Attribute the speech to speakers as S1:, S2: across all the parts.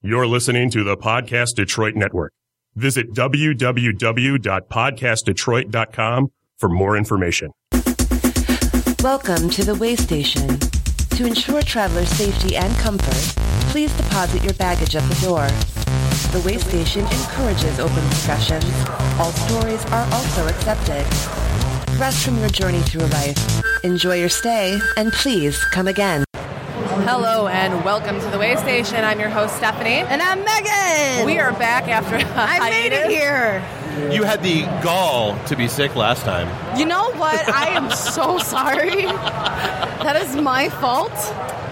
S1: You're listening to the Podcast Detroit Network. Visit www.podcastdetroit.com for more information.
S2: Welcome to the Waystation. To ensure traveler safety and comfort, please deposit your baggage at the door. The Waystation encourages open discussions. All stories are also accepted. Rest from your journey through life. Enjoy your stay, and please come again.
S3: Hello and welcome to the Waystation. I'm your host Stephanie.
S4: And I'm Megan.
S3: We are back after a
S4: I made it
S3: hiatus.
S4: here.
S5: You had the gall to be sick last time.
S4: You know what? I am so sorry. That is my fault.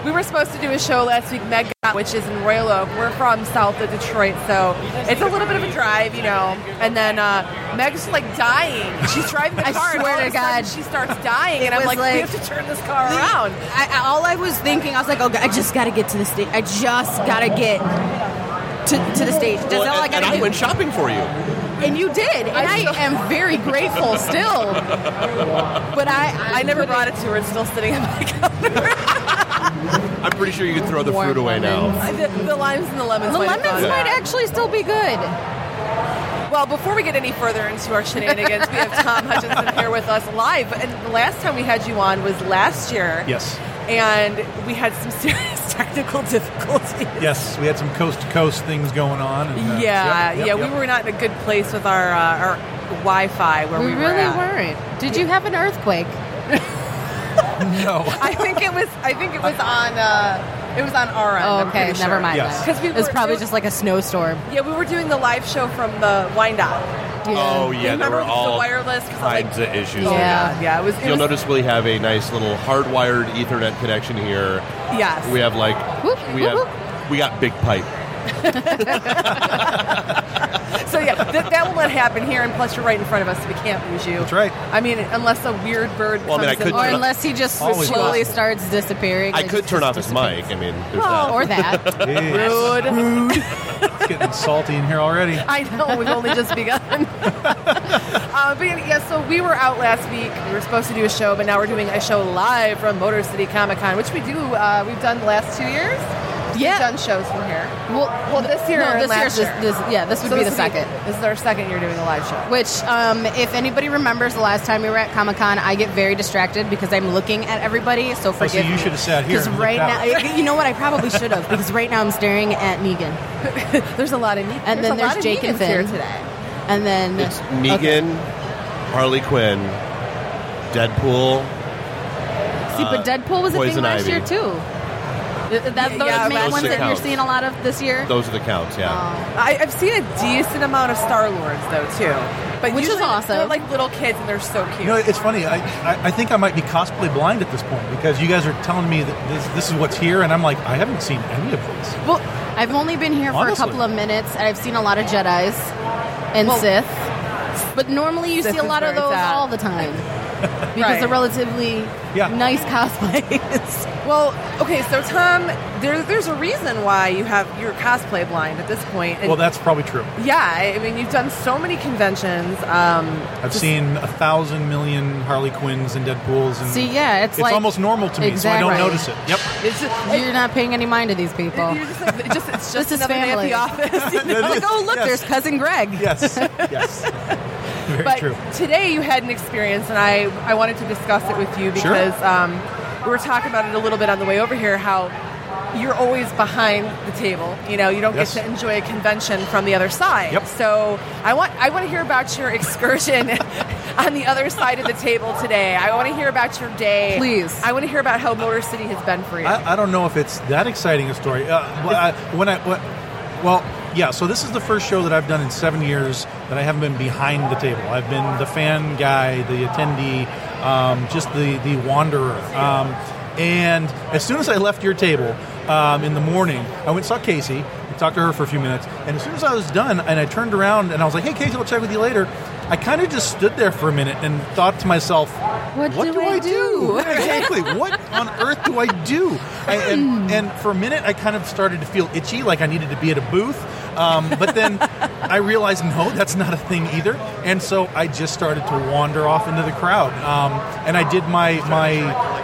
S3: We were supposed to do a show last week, Meg, got- which is in Royal Oak. We're from south of Detroit, so it's a little bit of a drive, you know. And then uh, Meg's like dying. She's driving the
S4: I
S3: car, and
S4: swear
S3: all
S4: to
S3: of a sudden
S4: God.
S3: she starts dying, and I'm
S4: was
S3: like, we
S4: like-
S3: have to turn this car around.
S4: I, I- all I was thinking, I was like, oh, God, I just got to get to the stage. I just got to get to, to the stage. That's
S5: Well,
S4: all I
S5: and,
S4: got to
S5: and I
S4: do.
S5: went shopping for you.
S4: and you did. And I,
S3: still-
S4: am very grateful still. but I,
S3: I never brought it to her; it's still sitting in my counter.
S5: I'm pretty sure you could throw the
S4: Warm
S5: fruit away now.
S3: the, the limes and the lemons.
S4: The
S3: might have
S4: lemons
S3: gone
S4: might
S3: bad.
S4: actually still be good.
S3: Well, before we get any further into our shenanigans, we have Tom Hutchinson here with us live. And the last time we had you on was last year.
S6: Yes.
S3: And we had some serious technical difficulties.
S6: Yes, we had some coast to coast things going on. And, uh,
S3: yeah,
S6: yep, yep,
S3: yeah.
S6: yep.
S3: We were not in a good place with our uh, our Wi-Fi where we,
S4: we
S3: were
S4: really
S3: at.
S4: weren't. Did you have an earthquake?
S6: No.
S3: I think it was. I think it was on. Uh, it was on our end.
S4: Oh,
S3: I'm
S4: okay,
S3: pretty
S4: never
S3: sure.
S4: mind.
S6: Yes.
S4: then.
S3: 'Cause we
S4: it was
S3: were-
S4: probably just like a snowstorm.
S3: Yeah, we were doing the live show from the wind up.
S5: Oh yeah, there
S3: Remember
S5: were
S3: the
S5: all
S3: wireless? 'Cause I'm
S5: kinds
S3: like-
S5: of issues.
S3: Oh,
S4: Yeah.
S3: God, yeah. It was. It
S5: You'll
S3: was
S5: notice we have a nice little hardwired Ethernet connection here.
S3: Yes.
S5: We have like
S4: Whoop,
S5: we
S4: whoop,
S5: have we got big pipe.
S3: So yeah, th- that will not happen here, and plus you're right in front of us, so we can't lose you.
S6: That's right.
S3: I mean, unless a weird bird.
S5: Well,
S3: comes
S5: I mean, I
S3: in.
S5: could-
S4: Or
S5: Turn up-
S4: unless he just
S6: Always
S4: slowly
S6: possible.
S4: starts disappearing.
S5: I
S4: like,
S5: could
S4: just
S5: turn off his
S4: disappears. Oh,
S5: mic. I mean, there's
S3: Well,
S4: Or that.
S6: Hey,
S3: Rude.
S6: it's getting salty in here already.
S3: I know we've only just begun. uh, but yeah, so we were out last week. We were supposed to do a show, but now we're doing a show live from Motor City Comic Con, which we do. Uh, we've done the last two years.
S4: Yeah.
S3: We've done shows from here.
S4: well,
S3: Well, this year
S4: No,
S3: and
S4: this
S3: last
S4: year's-
S3: year.
S4: This, this, yeah, this would
S3: So
S4: be the
S3: this would
S4: second.
S3: This is our second year doing a live show.
S4: Which, um, if anybody remembers the last time we were at Comic Con, I get very distracted because I'm looking at everybody. So
S6: so
S4: forgive me.
S6: you should have sat here
S4: Because
S6: and
S4: right now,
S6: looked
S4: you know what? I probably should have because right now I'm staring at Negan,
S3: There's a lot of Negan.
S4: And then
S3: a lot
S4: there's
S3: of
S4: Jake and
S3: Negans here
S4: Finn.
S3: today.
S4: and then
S5: It's Negan,
S4: Okay.
S5: Harley Quinn, Deadpool.
S4: See, but Deadpool was a thing
S5: Poison
S4: last
S5: Ivy.
S4: year too. Th- th- That, those
S3: Yeah,
S4: main
S3: those
S4: ones that you're
S5: accounts.
S4: seeing a lot of this year.
S5: Those are the counts. Yeah.
S4: Oh.
S3: I, I've seen a decent amount of Star Lords though too, but
S4: Which is
S3: usually
S4: awesome.
S3: They're like little kids and they're so cute.
S6: You know, it's funny. I, I, I think I might be cosplay blind at this point because you guys are telling me that this, this is what's here, and I'm like, I haven't seen any of this.
S4: Well, I've only been here for a
S6: Honestly.
S4: couple of minutes, and I've seen a lot of Jedi's and
S3: Well,
S4: Sith. But normally you
S3: Sith
S4: see a
S3: is
S4: lot
S3: where
S4: of
S3: it's
S4: those
S3: at.
S4: all the time because
S3: Right.
S4: they're relatively
S6: Yeah.
S4: nice cosplays.
S3: Well, okay, so Tom, there, there's a reason why you have you're cosplay blind at this point. And
S6: Well, that's probably true.
S3: yeah, I I mean, you've done so many conventions. Um,
S6: I've seen a thousand million Harley Quinns and Deadpools, and
S4: See, yeah, it's
S6: it's
S4: like-
S6: almost normal to me, so I
S4: Exactly.
S6: don't notice it. Yep.
S3: it's just,
S4: You're not paying any mind to these people.
S3: you're just, like, it just it's just
S4: Oh. This is
S3: another day at
S4: family.
S3: the office. you know?
S6: That
S4: like,
S6: is-
S4: oh look,
S6: yes.
S4: there's cousin Greg.
S6: Yes. Yes. Very
S3: But
S6: true.
S3: today you had an experience, and I I wanted to discuss it with you
S6: Sure.
S3: because um, we were talking about it a little bit on the way over here. How you're always behind the table. You know, you don't
S6: Yes.
S3: get to enjoy a convention from the other side.
S6: Yep.
S3: So I want I want to hear about your excursion on the other side of the table today. I want to hear about your day.
S4: Please.
S3: I want to hear about how Motor City has been for you.
S6: I, I don't know if it's that exciting a story. Uh, well, I, when I what, well, yeah. So this is the first show that I've done in seven years that I haven't been behind the table. I've been the fan guy, the attendee, um, just the the wanderer. Um, and as soon as I left your table um, in the morning, I went and saw Casey. I talked to her for a few minutes, and as soon as I was done, and I turned around and I was like, "Hey, Casey, I'll check with you later." I kind of just stood there for a minute and thought to myself,
S4: What do I do?
S6: Yeah, exactly. what on earth do I do? I,
S3: Hmm.
S6: and, and for a minute, I kind of started to feel itchy, like I needed to be at a booth. Um, but then I realized, no, that's not a thing either. And so I just started to wander off into the crowd. Um, and I did my, my,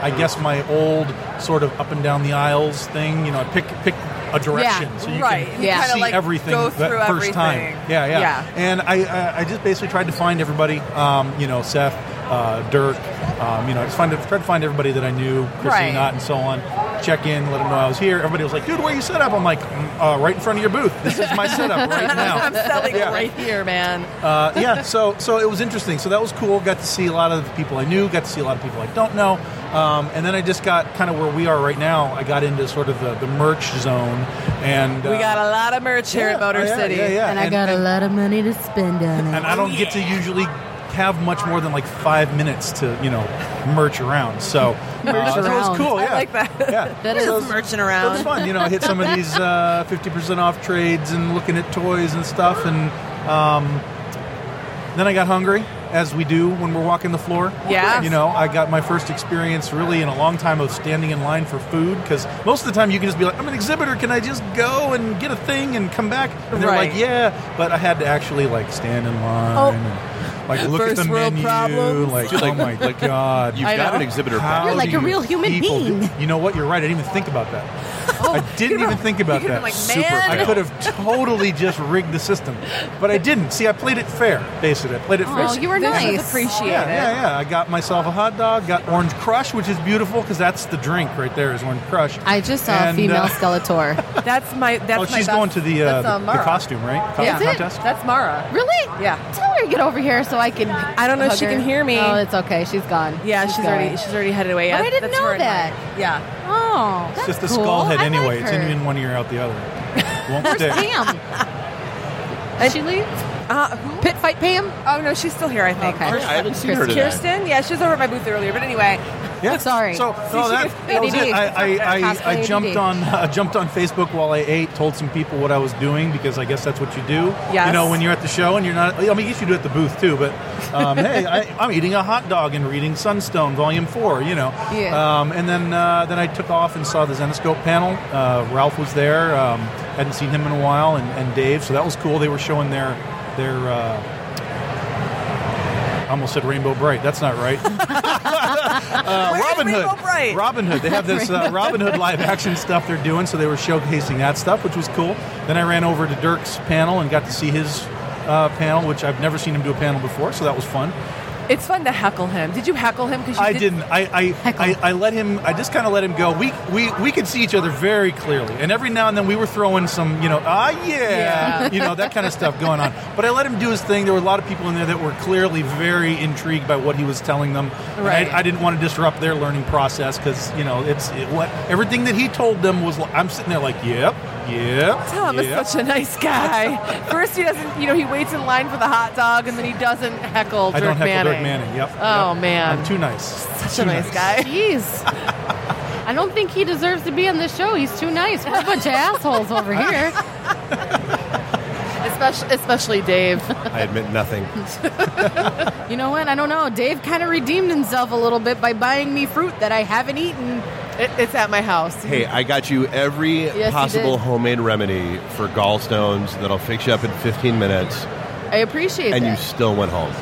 S6: I guess my old sort of up and down the aisles thing. You know, I pick, pick a direction,
S7: Yeah,
S6: so you
S3: right.
S6: can
S3: You
S7: Yeah.
S6: see
S3: kinda, like,
S6: everything
S3: go
S6: that
S3: through
S6: first
S3: everything.
S6: time. Yeah, yeah.
S3: Yeah.
S6: And I, I, I just basically tried to find everybody. Um, you know, Seth, uh, Dirk. Um, you know, I just find tried to find everybody that I knew, Chrissy
S3: Right.
S6: Knott, and so on. Check in, let them know I was here. Everybody was like, "Dude, where you set up?" I'm like, mm, uh, "Right in front of your booth. This is my setup right now."
S3: I'm selling
S6: Yeah.
S3: right here, man.
S6: uh, yeah, so so it was interesting. So that was cool. Got to see a lot of the people I knew. Got to see a lot of people I don't know. Um, and then I just got kind of where we are right now. I got into sort of the, the merch zone, and uh,
S3: we got a lot of merch here at Motor City.
S6: Yeah, yeah.
S4: And I got a
S6: and,
S4: lot of money to spend on it.
S6: and I don't get to usually have much more than like five minutes to you know merch around. So uh, so it
S4: around.
S6: was cool.
S3: I
S6: Yeah,
S3: like that.
S6: Yeah,
S4: That is
S6: So it was-
S7: merching
S6: it was
S7: around.
S6: fun, you know. I hit some of these uh, fifty percent off trades and looking at toys and stuff, and um, then I got hungry, as we do when we're walking the floor.
S3: Yeah.
S6: you know, I got my first experience really in a long time of standing in line for food because most of the time you can just be like, I'm an exhibitor, can I just go and get a thing and come back? And they're
S3: Right.
S6: like, Yeah, but I had to actually like stand in line.
S3: Oh.
S6: And, like look at
S3: First
S6: the
S3: world
S6: menu,
S3: problems.
S6: like oh my god,
S5: You've
S3: I
S5: got
S3: know.
S5: an exhibitor
S6: How
S5: package.
S4: You're like
S6: do
S4: a real human
S6: people do-
S4: being.
S6: You know what? You're right. I didn't even think about that.
S4: Oh,
S6: I didn't
S3: you know,
S6: even think about
S3: you could've
S6: that.
S3: been like,
S5: Super
S3: man,
S6: I
S5: fail.
S6: could have totally just rigged the system, but I didn't. See, I played it fair. Basically, I played it fair.
S4: Oh, you were
S3: this is
S4: nice.
S3: appreciated.
S6: yeah, yeah, yeah. I got myself a hot dog. Got orange crush, which is beautiful because that's the drink right there is orange crush.
S4: I just saw
S6: And,
S4: a female
S6: uh,
S4: Skeletor.
S3: That's my. That's
S6: Oh,
S3: my
S6: she's
S3: best-
S6: going to the uh,
S3: that's, uh,
S6: the, the
S3: Mara.
S6: costume right? Costume
S3: Yeah.
S6: contest.
S3: That's Mara.
S4: really?
S3: Yeah.
S4: Tell her to get over here so I can.
S3: I don't know if
S4: hug
S3: she can
S4: her.
S3: hear me.
S4: Oh, it's okay. She's gone.
S3: Yeah, she's, Oh, already
S4: going.
S3: she's already headed away.
S4: But
S3: Yeah,
S4: I didn't
S3: that's
S4: know
S3: her in
S4: that.
S3: mind. Yeah.
S4: Oh, that's
S6: it's just the
S4: cool.
S6: skull head
S4: I
S6: anyway.
S4: Like
S6: it's in, in one ear, out the other. Won't stick.
S4: Pam. Did she leave?
S3: Uh,
S4: Pit fight Pam?
S3: oh no, she's still here. I think.
S4: Okay.
S5: All right, I haven't seen her
S4: Kirsten.
S5: today.
S3: Uh, Kirsten, yeah, she was over at my booth earlier. But anyway,
S6: Yeah.
S4: Sorry.
S6: So no, that, that was
S4: ADD.
S6: it. I, I,
S4: Cosplay
S6: I, I
S4: ADD.
S6: jumped on uh, jumped on Facebook while I ate, told some people what I was doing because I guess that's what you do.
S3: Yes.
S6: You know, when you're at the show and you're not. I mean, I guess you do it at the booth too. But um, hey, I, I'm eating a hot dog and reading Sunstone Volume Four. You know.
S4: Yeah.
S6: Um, and then uh, then I took off and saw the Zenoscope panel. Uh, Ralph was there. Um, hadn't seen him in a while, and, and Dave. So that was cool. They were showing their their. Uh, I almost said Rainbow Bright. That's not right. Uh,
S3: Where's
S6: Robin
S3: Rainbow
S6: Hood.
S3: Bright?
S6: Robin Hood. They have this uh, Robin Hood live action stuff they're doing, so they were showcasing that stuff, which was cool. Then I ran over to Dirk's panel and got to see his uh, panel, which I've never seen him do a panel before, so that was fun.
S3: it's fun to heckle him. Did you heckle him? Because
S6: I didn't. I I, I I let him. I just kind of let him go. We we we could see each other very clearly, and every now and then we were throwing some, you know, ah yeah,
S3: Yeah.
S6: you know, that kind of stuff going on. But I let him do his thing. There were a lot of people in there that were clearly very intrigued by what he was telling them. And I-
S3: Right.
S6: I, didn't want to disrupt their learning process because you know it's it, what everything that he told them was. li- I'm sitting there like, yep, yep.
S3: Tom
S6: yep.
S3: is such a nice guy. First, he doesn't, you know, he waits in line for the hot dog, and then he doesn't heckle
S6: I
S3: Dirk
S6: don't have
S3: Manning.
S6: to Dirk Manning. Yep.
S3: Oh,
S6: yep.
S3: man.
S6: I'm too nice.
S3: Such
S6: Too
S3: a nice guy.
S4: Jeez. I don't think he deserves to be on this show. He's too nice. We're a bunch of assholes over here.
S3: Especially, especially Dave.
S5: I admit nothing.
S4: You know what? I don't know. Dave kind of redeemed himself a little bit by buying me fruit that I haven't eaten.
S3: It, it's at my house.
S5: Hey, I got you every
S4: you
S5: possible
S4: did.
S5: homemade remedy for gallstones that'll fix you up in 15 minutes,
S4: I appreciate
S5: and you
S4: that.
S5: still went home.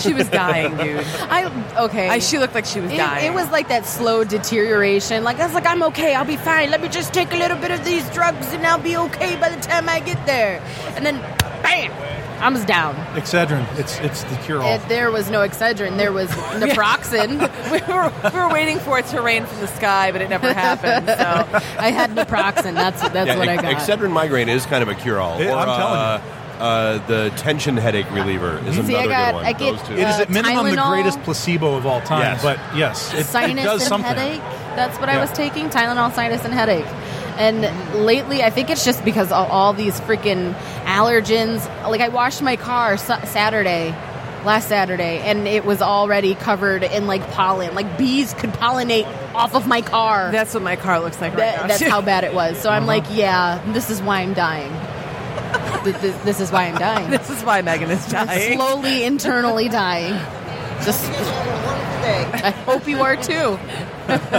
S3: She was dying, dude.
S4: I okay.
S3: I, she looked like she was
S4: it,
S3: dying.
S4: it was like that slow deterioration. Like I was like, I'm okay. I'll be fine. Let me just take a little bit of these drugs, and I'll be okay by the time I get there. And then, bam, I was down.
S6: Excedrin. It's it's the cure all.
S4: And there was no Excedrin. There was naproxen.
S3: we, were, we were waiting for it to rain from the sky, but it never happened. So
S4: I had naproxen. That's that's what I
S5: ex-
S4: got.
S5: Excedrin migraine is kind of a cure-all.
S6: Yeah,
S5: or,
S6: I'm telling
S5: uh, uh, the tension headache reliever is
S4: See, I
S5: another
S4: got-
S5: good one.
S4: I get-
S5: Those two.
S6: It is
S4: Uh,
S6: at minimum
S4: Tylenol.
S6: the greatest placebo of all time.
S5: Yes.
S6: But yes, it,
S4: sinus
S6: it does
S4: and
S6: something.
S4: headache. That's what I
S6: Yeah.
S4: was taking Tylenol, sinus, and headache. And lately, I think it's just because of all these freaking allergens. Like I washed my car sa- Saturday, last Saturday, and it was already covered in like pollen. Like bees could pollinate off of my car.
S3: that's what my car looks like right
S4: That-
S3: now.
S4: that's how bad it was. So I'm
S6: Uh-huh.
S4: like, yeah, this is why I'm dying. Th- th- this is why I'm dying.
S3: This is why Megan is dying.
S4: Slowly internally dying. Just. I hope you are too.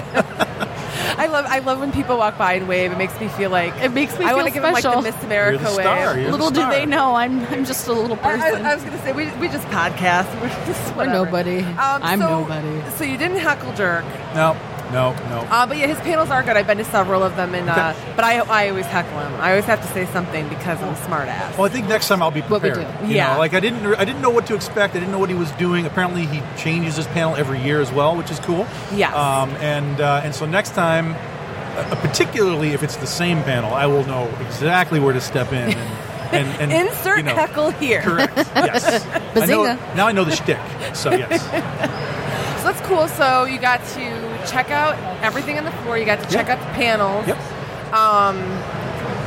S3: I love I love when people walk by and wave. It makes me feel like
S4: It makes me
S3: I
S4: feel
S3: want to give them like the
S4: special.
S3: Miss
S6: You're
S3: America
S6: the star.
S3: wave.
S6: You're
S4: Little
S6: the
S4: do
S6: star.
S4: they know, I'm I'm just a little
S3: I, I-
S4: person.
S3: I was gonna say we, we just podcast. We're just whatever. Um,
S4: nobody. I'm
S3: so-
S4: nobody.
S3: So you didn't heckle Dirk.
S6: No, No, no.
S3: Uh, but yeah, his panels are good. I've been to several of them, and uh,
S6: Okay.
S3: but I, I always heckle him. I always have to say something because I'm a smart ass.
S6: Well, I think next time I'll be
S4: What we
S6: prepared.
S4: do.
S6: You
S3: Yeah.
S6: Know, like I didn't, I didn't know what to expect. I didn't know what he was doing. Apparently, he changes his panel every year as well, which is cool.
S3: Yes.
S6: Um, and uh, and so next time, uh, particularly if it's the same panel, I will know exactly where to step in. And, and, and
S3: Insert
S6: you know,
S3: heckle here.
S6: Correct. Yes. I know,
S4: Bazinga.
S6: now I know the shtick. So yes.
S3: So that's cool. So you got to check out everything on the floor. You got to check out
S6: Yep.
S3: the panels.
S6: Yep.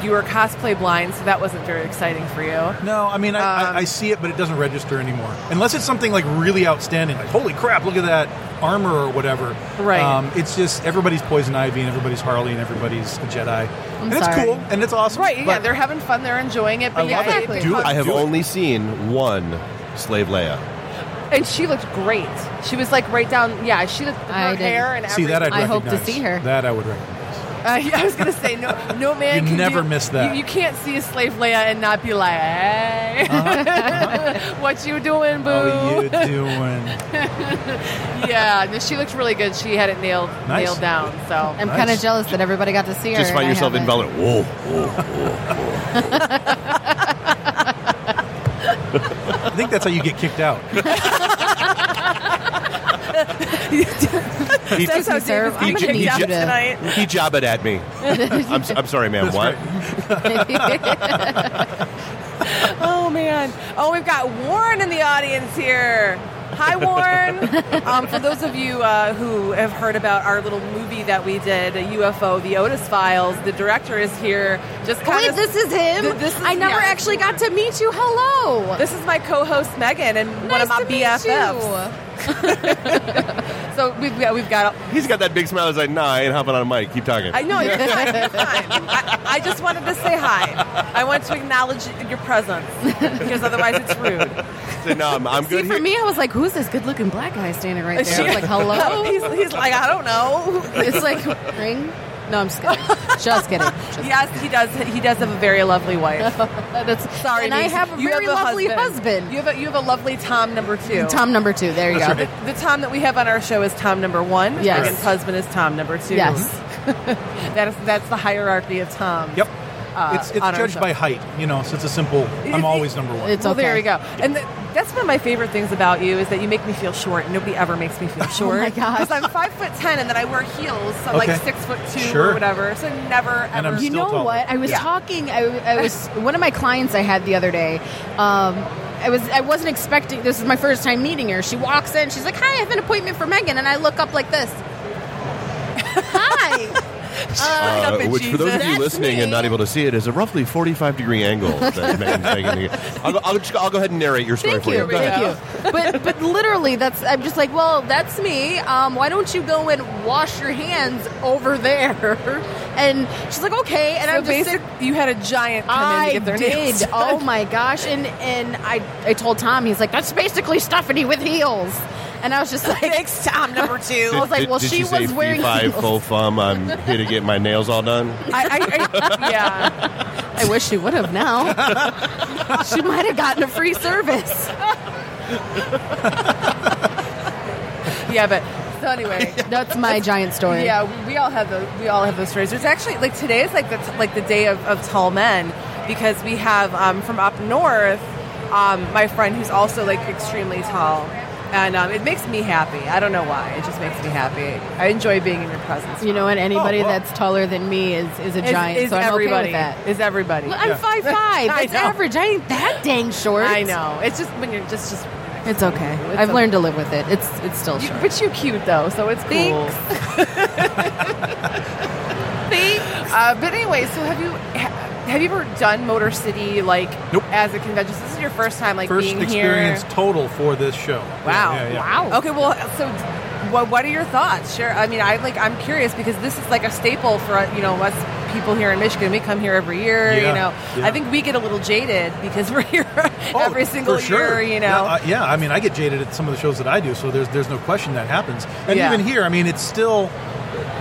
S3: You were cosplay blind, so that wasn't very exciting for you.
S6: No, I mean I, I,
S3: Um,
S6: I see it, but it doesn't register anymore. Unless it's something like really outstanding, like holy crap, look at that armor or whatever. Um,
S3: Right.
S6: it's just everybody's poison ivy and everybody's Harley and everybody's a Jedi, and it's
S4: sorry.
S6: cool and it's awesome.
S3: Right? Yeah,
S6: but
S3: they're having fun. They're enjoying it. But
S6: I
S3: yeah,
S6: love it.
S4: Exactly.
S6: Do it.
S5: I have
S6: do it.
S5: only seen one Slave Leia.
S3: and she looked great. She was like right down. Yeah, she did her
S4: I didn't.
S3: hair and
S6: see that I'd
S3: everything.
S4: I hope to
S6: recognize.
S4: see her.
S6: That I would recognize.
S3: Uh, yeah, I was gonna say no. No man.
S6: You
S3: can
S6: never
S3: do-
S6: miss that.
S3: You, you can't see a slave Leia and not be like, "Hey, what you doing, boo?"
S6: How Uh-huh. Oh, you doing?
S3: yeah, no, she looked really good. She had it nailed
S6: Nice.
S3: nailed down. So
S4: I'm
S6: Nice.
S4: kind of jealous that everybody got to see her.
S5: Just find
S4: and I
S5: yourself
S4: haven't.
S5: enveloped. Whoa, whoa,
S6: I think that's how you get kicked out.
S3: that's how
S4: me, sir.
S3: David's getting
S4: I'm gonna
S3: kicked
S4: need
S3: out
S4: you to-
S3: tonight.
S5: He jabbed at me. I'm, s am sorry, ma'am.
S6: That's
S5: what?
S6: right.
S3: Oh man! Oh, we've got Warren in the audience here. Hi, Warren. um, for those of you uh, who have heard about our little movie that we did, a UFO, the Otis Files, the director is here. Just kind
S4: Oh, Wait,
S3: of
S4: this is him.
S3: Th- this is-
S4: I never
S3: yeah.
S4: actually got to meet you. Hello.
S3: This is my co-host Megan and one
S4: nice
S3: of my
S4: to
S3: BFFs.
S4: Meet you.
S3: So we've got, we've got.
S5: He's got that big smile. He's like, nah, I ain't hopping on a mic. Keep talking.
S3: I know you're fine. You're fine. I, I just wanted to say hi. I want to acknowledge your presence because otherwise it's rude.
S5: Say, "Nah, I'm, I'm
S4: See,
S5: good
S4: for
S5: here.
S4: me, I was like, "Who's this good-looking black guy standing right there?" I was like,
S3: he's,
S4: "Hello."
S3: he's like I don't know.
S4: it's like ring. No, I'm just kidding. Just kidding. Just
S3: Yes, he does. He does have a very lovely wife.
S4: That's
S3: Sorry,
S4: And I
S3: Macy.
S4: have a
S3: You
S4: very lovely husband.
S3: You have a, you have a lovely Tom number two.
S4: Tom number two. There you go.
S3: The, the Tom that we have on our show is Tom number one.
S4: Yes.
S3: Megan's husband is Tom number two.
S4: Yes.
S3: that is that's the hierarchy of Tom.
S6: Yep.
S3: Uh,
S6: it's it's
S3: on our
S6: judged
S3: show.
S6: by height, you know. So it's a simple. I'm always number one.
S4: It's
S3: well,
S4: okay.
S3: there we go. And th- that's one of my favorite things about you is that you make me feel short. Nobody ever makes me feel short.
S4: Oh my gosh.
S3: Because I'm five foot ten, and then I wear heels, so I'm
S6: Okay.
S3: like six foot two or
S6: Sure.
S3: whatever. So I never
S6: And
S3: ever.
S6: I'm
S4: You
S6: still
S4: know
S6: taller.
S4: what? I was
S3: Yeah.
S4: talking. I, I was one of my clients I had the other day. Um, I was I wasn't expecting. This is my first time meeting her. She walks in. She's like, "Hi, I have an appointment for Megan," and I look up like this. Hi.
S3: Up
S5: Uh,
S3: at
S5: which, for those of
S3: Jesus.
S5: you
S4: That's
S5: listening and
S4: me.
S5: not able to see it, is a roughly 45 degree angle that Megan's making here. I'll, go- I'll, just- I'll go ahead and narrate your story
S4: Thank
S5: for
S4: you.
S5: you. Go ahead.
S4: Thank you. But but literally, that's I'm just like, well, that's me. Um, why don't you go and wash your hands over there? And she's like, okay. And
S3: So
S4: I'm just
S3: basic,
S4: sitting
S3: you had a giant come in to
S4: I
S3: get their nails
S4: did.
S3: done.
S4: oh my gosh! And and I I told Tom he's like that's basically Stephanie with heels, and I was just like thanks Tom number two. I was like, well,
S5: did
S4: she
S5: you say
S4: was wearing
S5: five
S4: heels.
S5: faux fum. I'm here to get my nails all done.
S3: I, I, I, yeah.
S4: I wish she would have now. she might have gotten a free service.
S3: Yeah, but so anyway.
S4: That's my giant story.
S3: Yeah, we- we all have those. We all have those stories. There's actually like today is like the t- like the day of, of tall men because we have um, from up north um, my friend who's also like extremely tall, and um, it makes me happy. I don't know why. It just makes me happy. I enjoy being in your presence.
S4: You know, and anybody
S6: Oh, well.
S4: that's taller than me is is a
S3: Is-
S4: giant.
S3: is
S4: so I'm okay
S3: everybody
S4: with that.
S3: is everybody?
S4: Well, I'm five five.
S3: I
S4: That's
S3: know.
S4: average. I ain't that dang short.
S3: I know. It's just when you're just just.
S4: It's okay.
S3: It's
S4: I've
S3: okay.
S4: learned to live with it. It's it's still
S3: You,
S4: short.
S3: but you cute though, so it's cool. Uh, but anyway, so have you ha- have you ever done Motor City like
S6: Nope.
S3: as a convention? So This is your first time like
S6: First
S3: being
S6: experience
S3: here.
S6: total for this show.
S3: Wow!
S6: Yeah, yeah, yeah.
S4: Wow.
S3: Okay, well, so what what are your thoughts? Sure. I mean, I like I'm curious because this is like a staple for uh, you know us people here in Michigan. We come here every year.
S6: Yeah,
S3: You know,
S6: yeah.
S3: I think we get a little jaded because we're here every
S6: Oh, for
S3: single
S6: sure.
S3: year. You know.
S6: Yeah, I, yeah, I mean, I get jaded at some of the shows that I do, so there's there's no question that happens. And
S3: Yeah.
S6: even here, I mean, it's still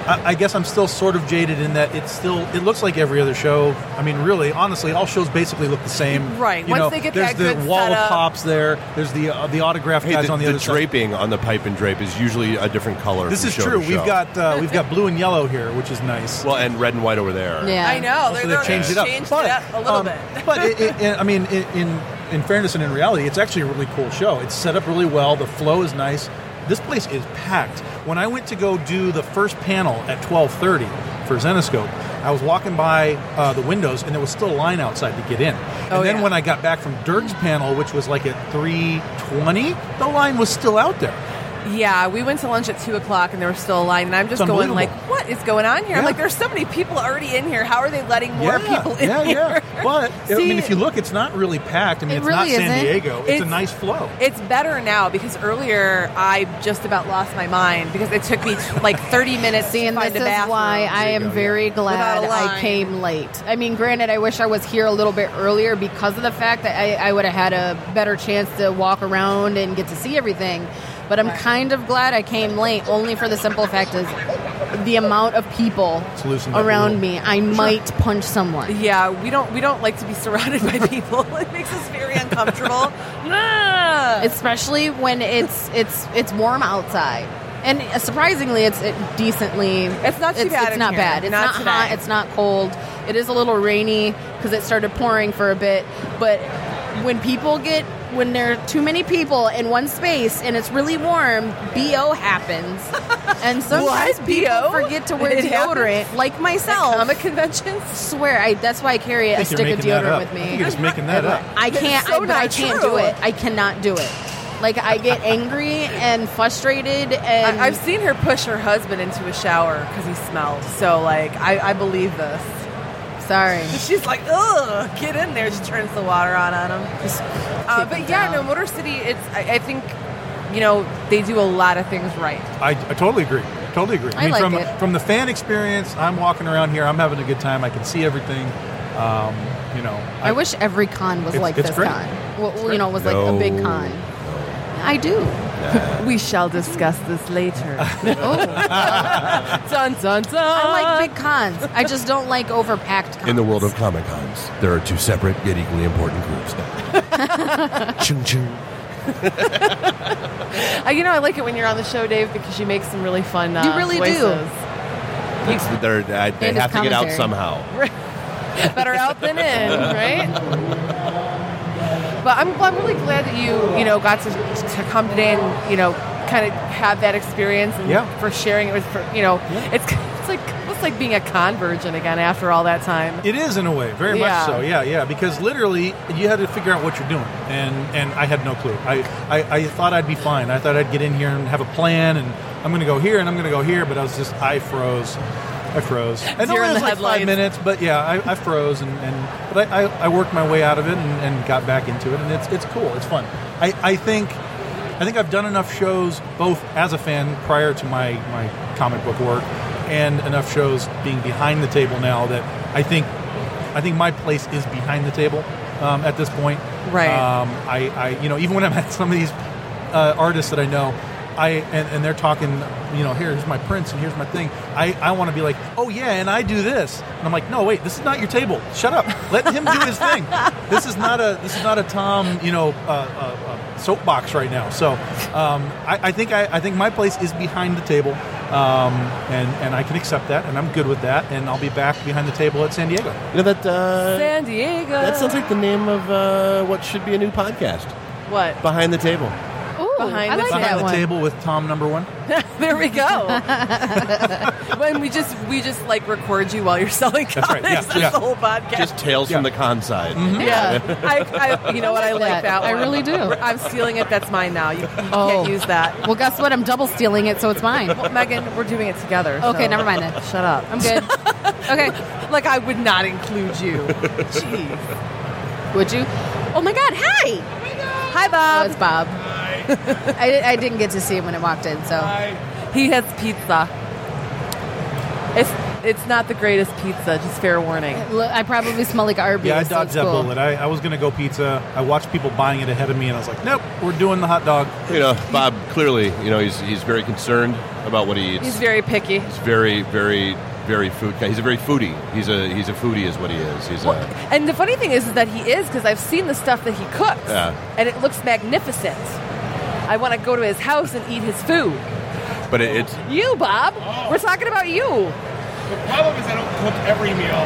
S6: I, I guess I'm still sort of jaded in that it's still it looks like every other show. I mean, really, honestly, all shows basically look the same.
S3: Right.
S6: You
S3: Once
S6: know,
S3: they get
S6: there's
S3: that
S6: the
S3: good
S6: wall
S3: setup.
S6: of pops there. There's the uh, the autograph
S5: Hey,
S6: guys
S5: the,
S6: on the,
S5: the
S6: other side.
S5: draping on the pipe and drape is usually a different color.
S6: This
S5: from
S6: is
S5: show to
S6: true. We've
S5: show.
S6: got uh, we've got blue and yellow here, which is nice.
S5: well, and red and white over there.
S4: Yeah.
S3: I know.
S6: so
S3: they're-
S6: they've
S3: they're-
S6: changed it up.
S3: Changed
S6: but,
S3: it up a little
S6: um,
S3: bit.
S6: but it, it, it- I mean, in, in in fairness and in reality, it's actually a really cool show. It's set up really well. The flow is nice. This place is packed. When I went to go do the first panel at twelve thirty for Zenoscope, I was walking by uh, the windows, and there was still a line outside to get in. And
S3: Oh,
S6: then
S3: yeah.
S6: when I got back from Dirk's panel, which was like at three twenty, the line was still out there.
S3: Yeah, we went to lunch at two o'clock and there was still a line, and I'm just
S6: It's
S3: going like,
S6: unbelievable.
S3: "What is going on here?
S6: Yeah.
S3: Like, there's so many people already in here. How are they letting more
S6: yeah,
S3: people in
S6: yeah,
S3: here?"
S6: yeah. But I mean,
S3: See-
S6: if you look, it's not really packed. I mean,
S4: It
S6: it's not
S4: really
S6: San
S4: isn't.
S6: Diego. It's, a
S3: It's-
S6: nice flow.
S3: It's better now because earlier I just about lost my mind because it took me like 30 minutes
S4: See,
S3: to
S4: and
S3: find
S4: this
S3: a
S4: is
S3: bathroom.
S4: why I
S6: you
S4: am
S6: go, yeah.
S4: very glad
S3: Without a
S4: I
S3: line.
S4: came late. I mean, granted, I wish I was here a little bit earlier because of the fact that I, I would have had a better chance to walk around and get to see everything. But I'm kind of glad I came late, only for the simple fact is the amount of people
S6: It's loosened up a
S4: around
S6: little.
S4: me. I might punch someone.
S3: yeah, we don't we don't like to be surrounded by people. it makes us very uncomfortable. Ah!
S4: especially when it's it's it's warm outside. And surprisingly, it's it decently.
S3: It's not too
S4: it's,
S3: bad
S4: It's
S3: in
S4: not
S3: here.
S4: bad. It's
S3: Not
S4: not,
S3: today.
S4: hot. It's not cold. It is a little rainy because it started pouring for a bit. But when people get when there are too many people in one space and it's really warm, bo happens. And sometimes
S3: What?
S4: people
S3: BO?
S4: forget to wear
S3: It happens?
S4: deodorant, like myself.
S3: comic conventions.
S4: swear, I that's why I carry a
S6: think you're
S4: stick of
S6: making that
S4: deodorant
S6: up.
S4: with me.
S6: I think you're just making that up.
S4: I can't.
S3: so
S4: I, but I
S3: not
S4: can't
S3: true.
S4: do it. I cannot do it. Like I get angry and frustrated, and
S3: I, I've seen her push her husband into a shower because he smelled. So like, I, I believe this.
S4: sorry.
S3: She's like, ugh, get in there. She turns the water on on him. Uh,
S4: Keep
S3: but
S4: it
S3: yeah,
S4: down.
S3: no, Motor City. It's I, I think, you know, they do a lot of things right.
S6: I, I totally agree. Totally agree.
S4: I like
S6: from
S4: it.
S6: from the fan experience, I'm walking around here. I'm having a good time. I can see everything. Um, you know,
S4: I, wish every con was
S6: It's-
S4: like
S6: it's
S4: this
S6: great.
S4: con. Well, you know, was like a big
S5: No.
S4: con. I do.
S3: We shall discuss this later. Uh,
S4: Oh,
S3: dun dun dun.
S4: I like big cons. I just don't like overpacked cons.
S5: In the world of comic cons, there are two separate yet equally important groups. chung chung.
S3: I, you know, I like it when you're on the show, Dave, because you make some really fun. Uh,
S4: You really do.
S3: voices.
S5: That's they're, I, they
S4: And his
S5: have to get out
S4: commentary.
S5: somehow.
S3: Better out than in, right? But I'm, I'm really glad that you, you know, got to, to come today and you know, kind of have that experience and
S6: Yeah.
S3: for sharing it with, for, you know, it's it's like it's like being a con virgin again after all that time.
S6: It is in a way, very
S3: Yeah.
S6: much so. Yeah, yeah. Because literally, you had to figure out what you're doing, and and I had no clue. I, I I thought I'd be fine. I thought I'd get in here and have a plan, and I'm going to go here and I'm going to go here. But I was just I froze. I froze. I know
S3: Deer
S6: it
S3: in the
S6: was like
S3: headlights.
S6: five minutes, but yeah, I, I froze and, and but I, I, I worked my way out of it and, and got back into it, and it's it's cool. It's fun. I, I think I think I've done enough shows both as a fan prior to my my comic book work and enough shows being behind the table now that I think I think my place is behind the table um, at this point.
S3: Right.
S6: Um, I, I, you know, even when I'm at some of these uh, artists that I know, I and, and they're talking, you know, here's my prints and here's my thing. I, I want to be like, oh yeah, and I do this, and I'm like, no, wait, this is not your table. Shut up. Let him do his thing. This is not a this is not a Tom, you know, uh, uh, uh, soapbox right now. So um, I, I think I, I think my place is behind the table. Um, and, and I can accept that, and I'm good with that, and I'll be back behind the table at San Diego.
S5: You know that uh,
S3: San Diego.
S5: that sounds like the name of uh, what should be a new podcast.
S3: what?
S5: Behind the table.
S4: Ooh,
S3: Behind
S4: I
S3: the
S4: like
S3: scenes.
S6: behind
S4: that
S6: the
S4: one.
S6: table with Tom number one.
S3: There we go. when we just we just like record you while you're selling comics.
S6: That's right, yeah, yeah.
S3: the whole podcast.
S5: Just tales from
S6: Yeah.
S5: the con side.
S3: yeah, I, I, you know what? I like that.
S4: I
S3: one.
S4: really do.
S3: I'm stealing it. That's mine now. You, you
S4: Oh.
S3: can't use that.
S4: Well, guess what? I'm double stealing it, so it's mine.
S3: Well, Megan, we're doing it together. so-
S4: Okay, never mind then.
S3: Shut up.
S4: I'm good. Okay.
S3: Like I would not include you. Jeez.
S4: Would you? Oh my God! Hi.
S3: Hi,
S4: Oh,
S3: Bob.
S4: it's Bob. I, di- I didn't get to see him when I walked in, so
S3: he has pizza. It's it's not the greatest pizza. Just fair warning.
S4: Look, I probably smell like Arby's.
S6: Yeah, I
S4: so
S6: dodged
S4: it's
S6: that
S4: cool.
S6: bullet. I, I was going to go pizza. I watched people buying it ahead of me, and I was like, nope, we're doing the hot dog.
S5: You know, Bob clearly, you know, he's he's very concerned about what he eats.
S3: He's very picky.
S5: He's very, very, very food guy. He's a very foodie. He's a he's a foodie, is what he is. He's a
S3: And the funny thing is, is that he is because I've seen the stuff that he cooks,
S5: Yeah.
S3: and it looks magnificent. I want to go to his house and eat his food.
S5: but it, it's
S3: You, Bob,
S5: Oh.
S3: we're talking about you.
S8: The problem is I don't cook every meal.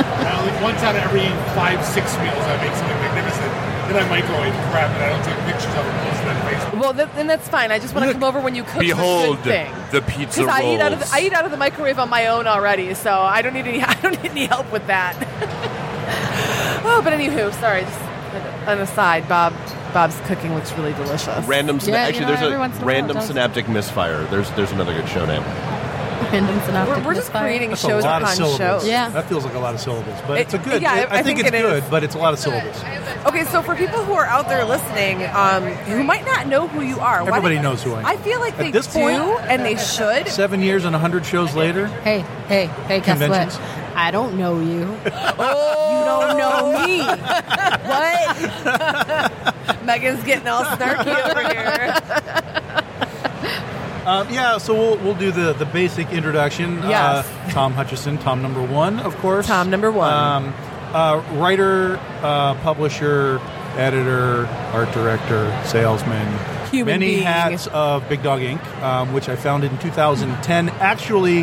S8: I only once out of every five, six meals I make something magnificent. Then I microwave crap and I don't take pictures of it and post it on Facebook.
S3: Well, th- then that's fine. I just want to come over when you cook
S5: behold
S3: the good thing.
S5: the pizza
S3: I eat out of the,
S5: rolls.
S3: I eat out of the microwave on my own already, so I don't need any I don't need any help with that. oh, but anywho, sorry. Just an aside, Bob. Bob's cooking looks really delicious.
S5: random. syna-
S4: Yeah, you
S5: actually,
S4: know, every once in a while it
S5: there's a random
S4: does.
S5: synaptic misfire. There's there's another good show name.
S4: Random
S3: We're,
S4: synoptic
S3: we're just
S4: misfire.
S3: creating
S6: That's
S3: shows
S6: a lot of
S3: upon
S6: syllables.
S3: shows.
S4: Yeah.
S6: That feels like a lot of syllables, but
S3: It-
S6: it's a good.
S3: yeah, I-
S6: I,
S3: I think
S6: think, it's
S3: it
S6: good,
S3: is.
S6: but it's a lot of syllables.
S3: Okay, so for people who are out there listening, um, who might not know who you are, why
S6: Everybody
S3: don't-
S6: knows who I am.
S3: I feel like
S6: At
S3: they
S6: this
S3: do,
S6: point-
S3: and they should.
S6: Seven years and a hundred shows later,
S4: Hey, hey, hey, guess
S6: Conventions.
S4: what? I don't know you. oh, you don't know me. what?
S3: Megan's getting all snarky over here.
S6: Um, yeah, so we'll, we'll do the, the basic introduction.
S3: Yes.
S6: Uh, Tom Hutchison, Tom number one, of course.
S3: Tom number one.
S6: Um, uh, writer, uh, publisher, editor, art director, salesman.
S3: Human
S6: Many
S3: being.
S6: hats of Big Dog Inc., um, which I founded in 2010. Actually,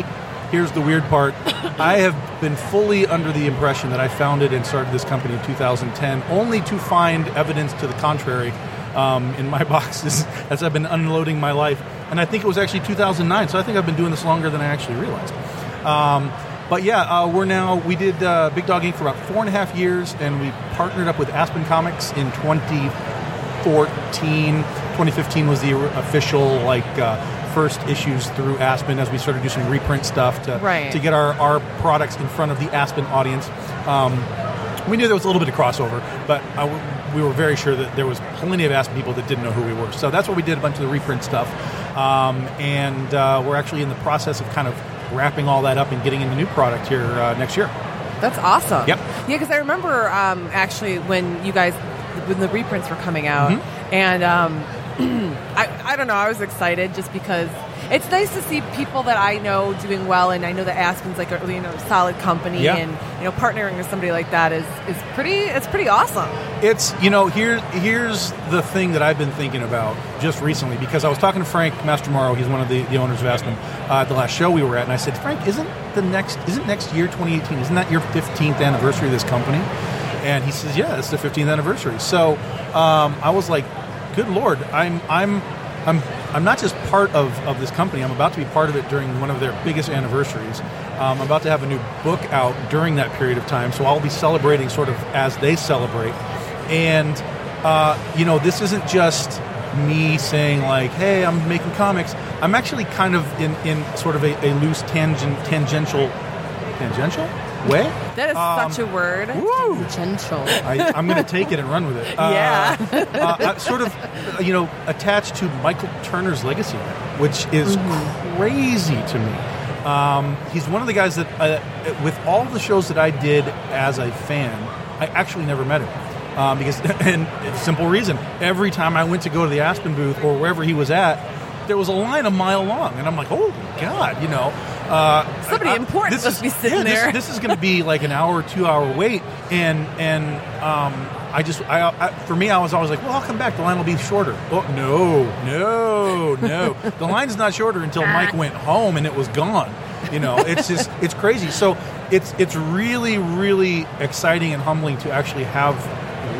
S6: here's the weird part. I have been fully under the impression that I founded and started this company in 2010, only to find evidence to the contrary um, in my boxes as I've been unloading my life. And I think it was actually 2009, so I think I've been doing this longer than I actually realized. Um, but yeah, uh, we're now we did uh, Big Dog Inc. for about four and a half years, and we partnered up with Aspen Comics in 2014. 2015 was the official like uh, first issues through Aspen as we started doing some reprint stuff to
S3: Right.
S6: to get our, our products in front of the Aspen audience. Um, we knew there was a little bit of crossover, but I w we were very sure that there was plenty of Aspen people that didn't know who we were. So that's what we did a bunch of the reprint stuff, um, and uh, we're actually in the process of kind of wrapping all that up and getting into new product here uh, next year.
S3: That's awesome.
S6: Yep.
S3: Yeah, because I remember um, actually when you guys, when the reprints were coming out,
S6: Mm-hmm.
S3: and um, I, I don't know, I was excited just because it's nice to see people that I know doing well, and I know that Aspen's like a really, you know, solid company,
S6: Yeah.
S3: and you know, partnering with somebody like that is is pretty, it's pretty awesome.
S6: It's you know here here's the thing that I've been thinking about just recently because I was talking to Frank Mastermorrow, he's one of the, the owners of Aspen, uh, at the last show we were at, and I said, Frank, isn't the next isn't next year 2018? Isn't that your 15th anniversary of this company? And he says, Yeah, it's the 15th anniversary. So um, I was like, Good Lord, I'm I'm I'm I'm not just part of of this company. I'm about to be part of it during one of their biggest anniversaries. Um, I'm about to have a new book out during that period of time, so I'll be celebrating sort of as they celebrate and uh, you know this isn't just me saying like hey i'm making comics i'm actually kind of in, in sort of a, a loose tangent tangential tangential way
S3: That is
S6: Um,
S3: such a word.
S4: Oh.
S6: woo
S4: Potential.
S6: I, i'm gonna take it and run with it Uh,
S3: Yeah.
S6: uh, uh, sort of uh, you know attached to michael turner's legacy which is crazy to me um, he's one of the guys that uh, with all the shows that i did as a fan i actually never met him um, because and it's simple reason every time i went to go to the aspen booth or wherever he was at there was a line a mile long and i'm like oh god you know uh,
S3: Somebody
S6: I-
S3: important
S6: this
S3: must
S6: is-
S3: be sitting
S6: yeah, this-
S3: there.
S6: This, is going to be like an hour, two hour wait, and and um, I just I, I for me I was always like, well, I'll come back. The line will be shorter. Oh no, no, no. the line's not shorter until Mike went home and it was gone. You know, it's just it's crazy. So it's it's really really exciting and humbling to actually have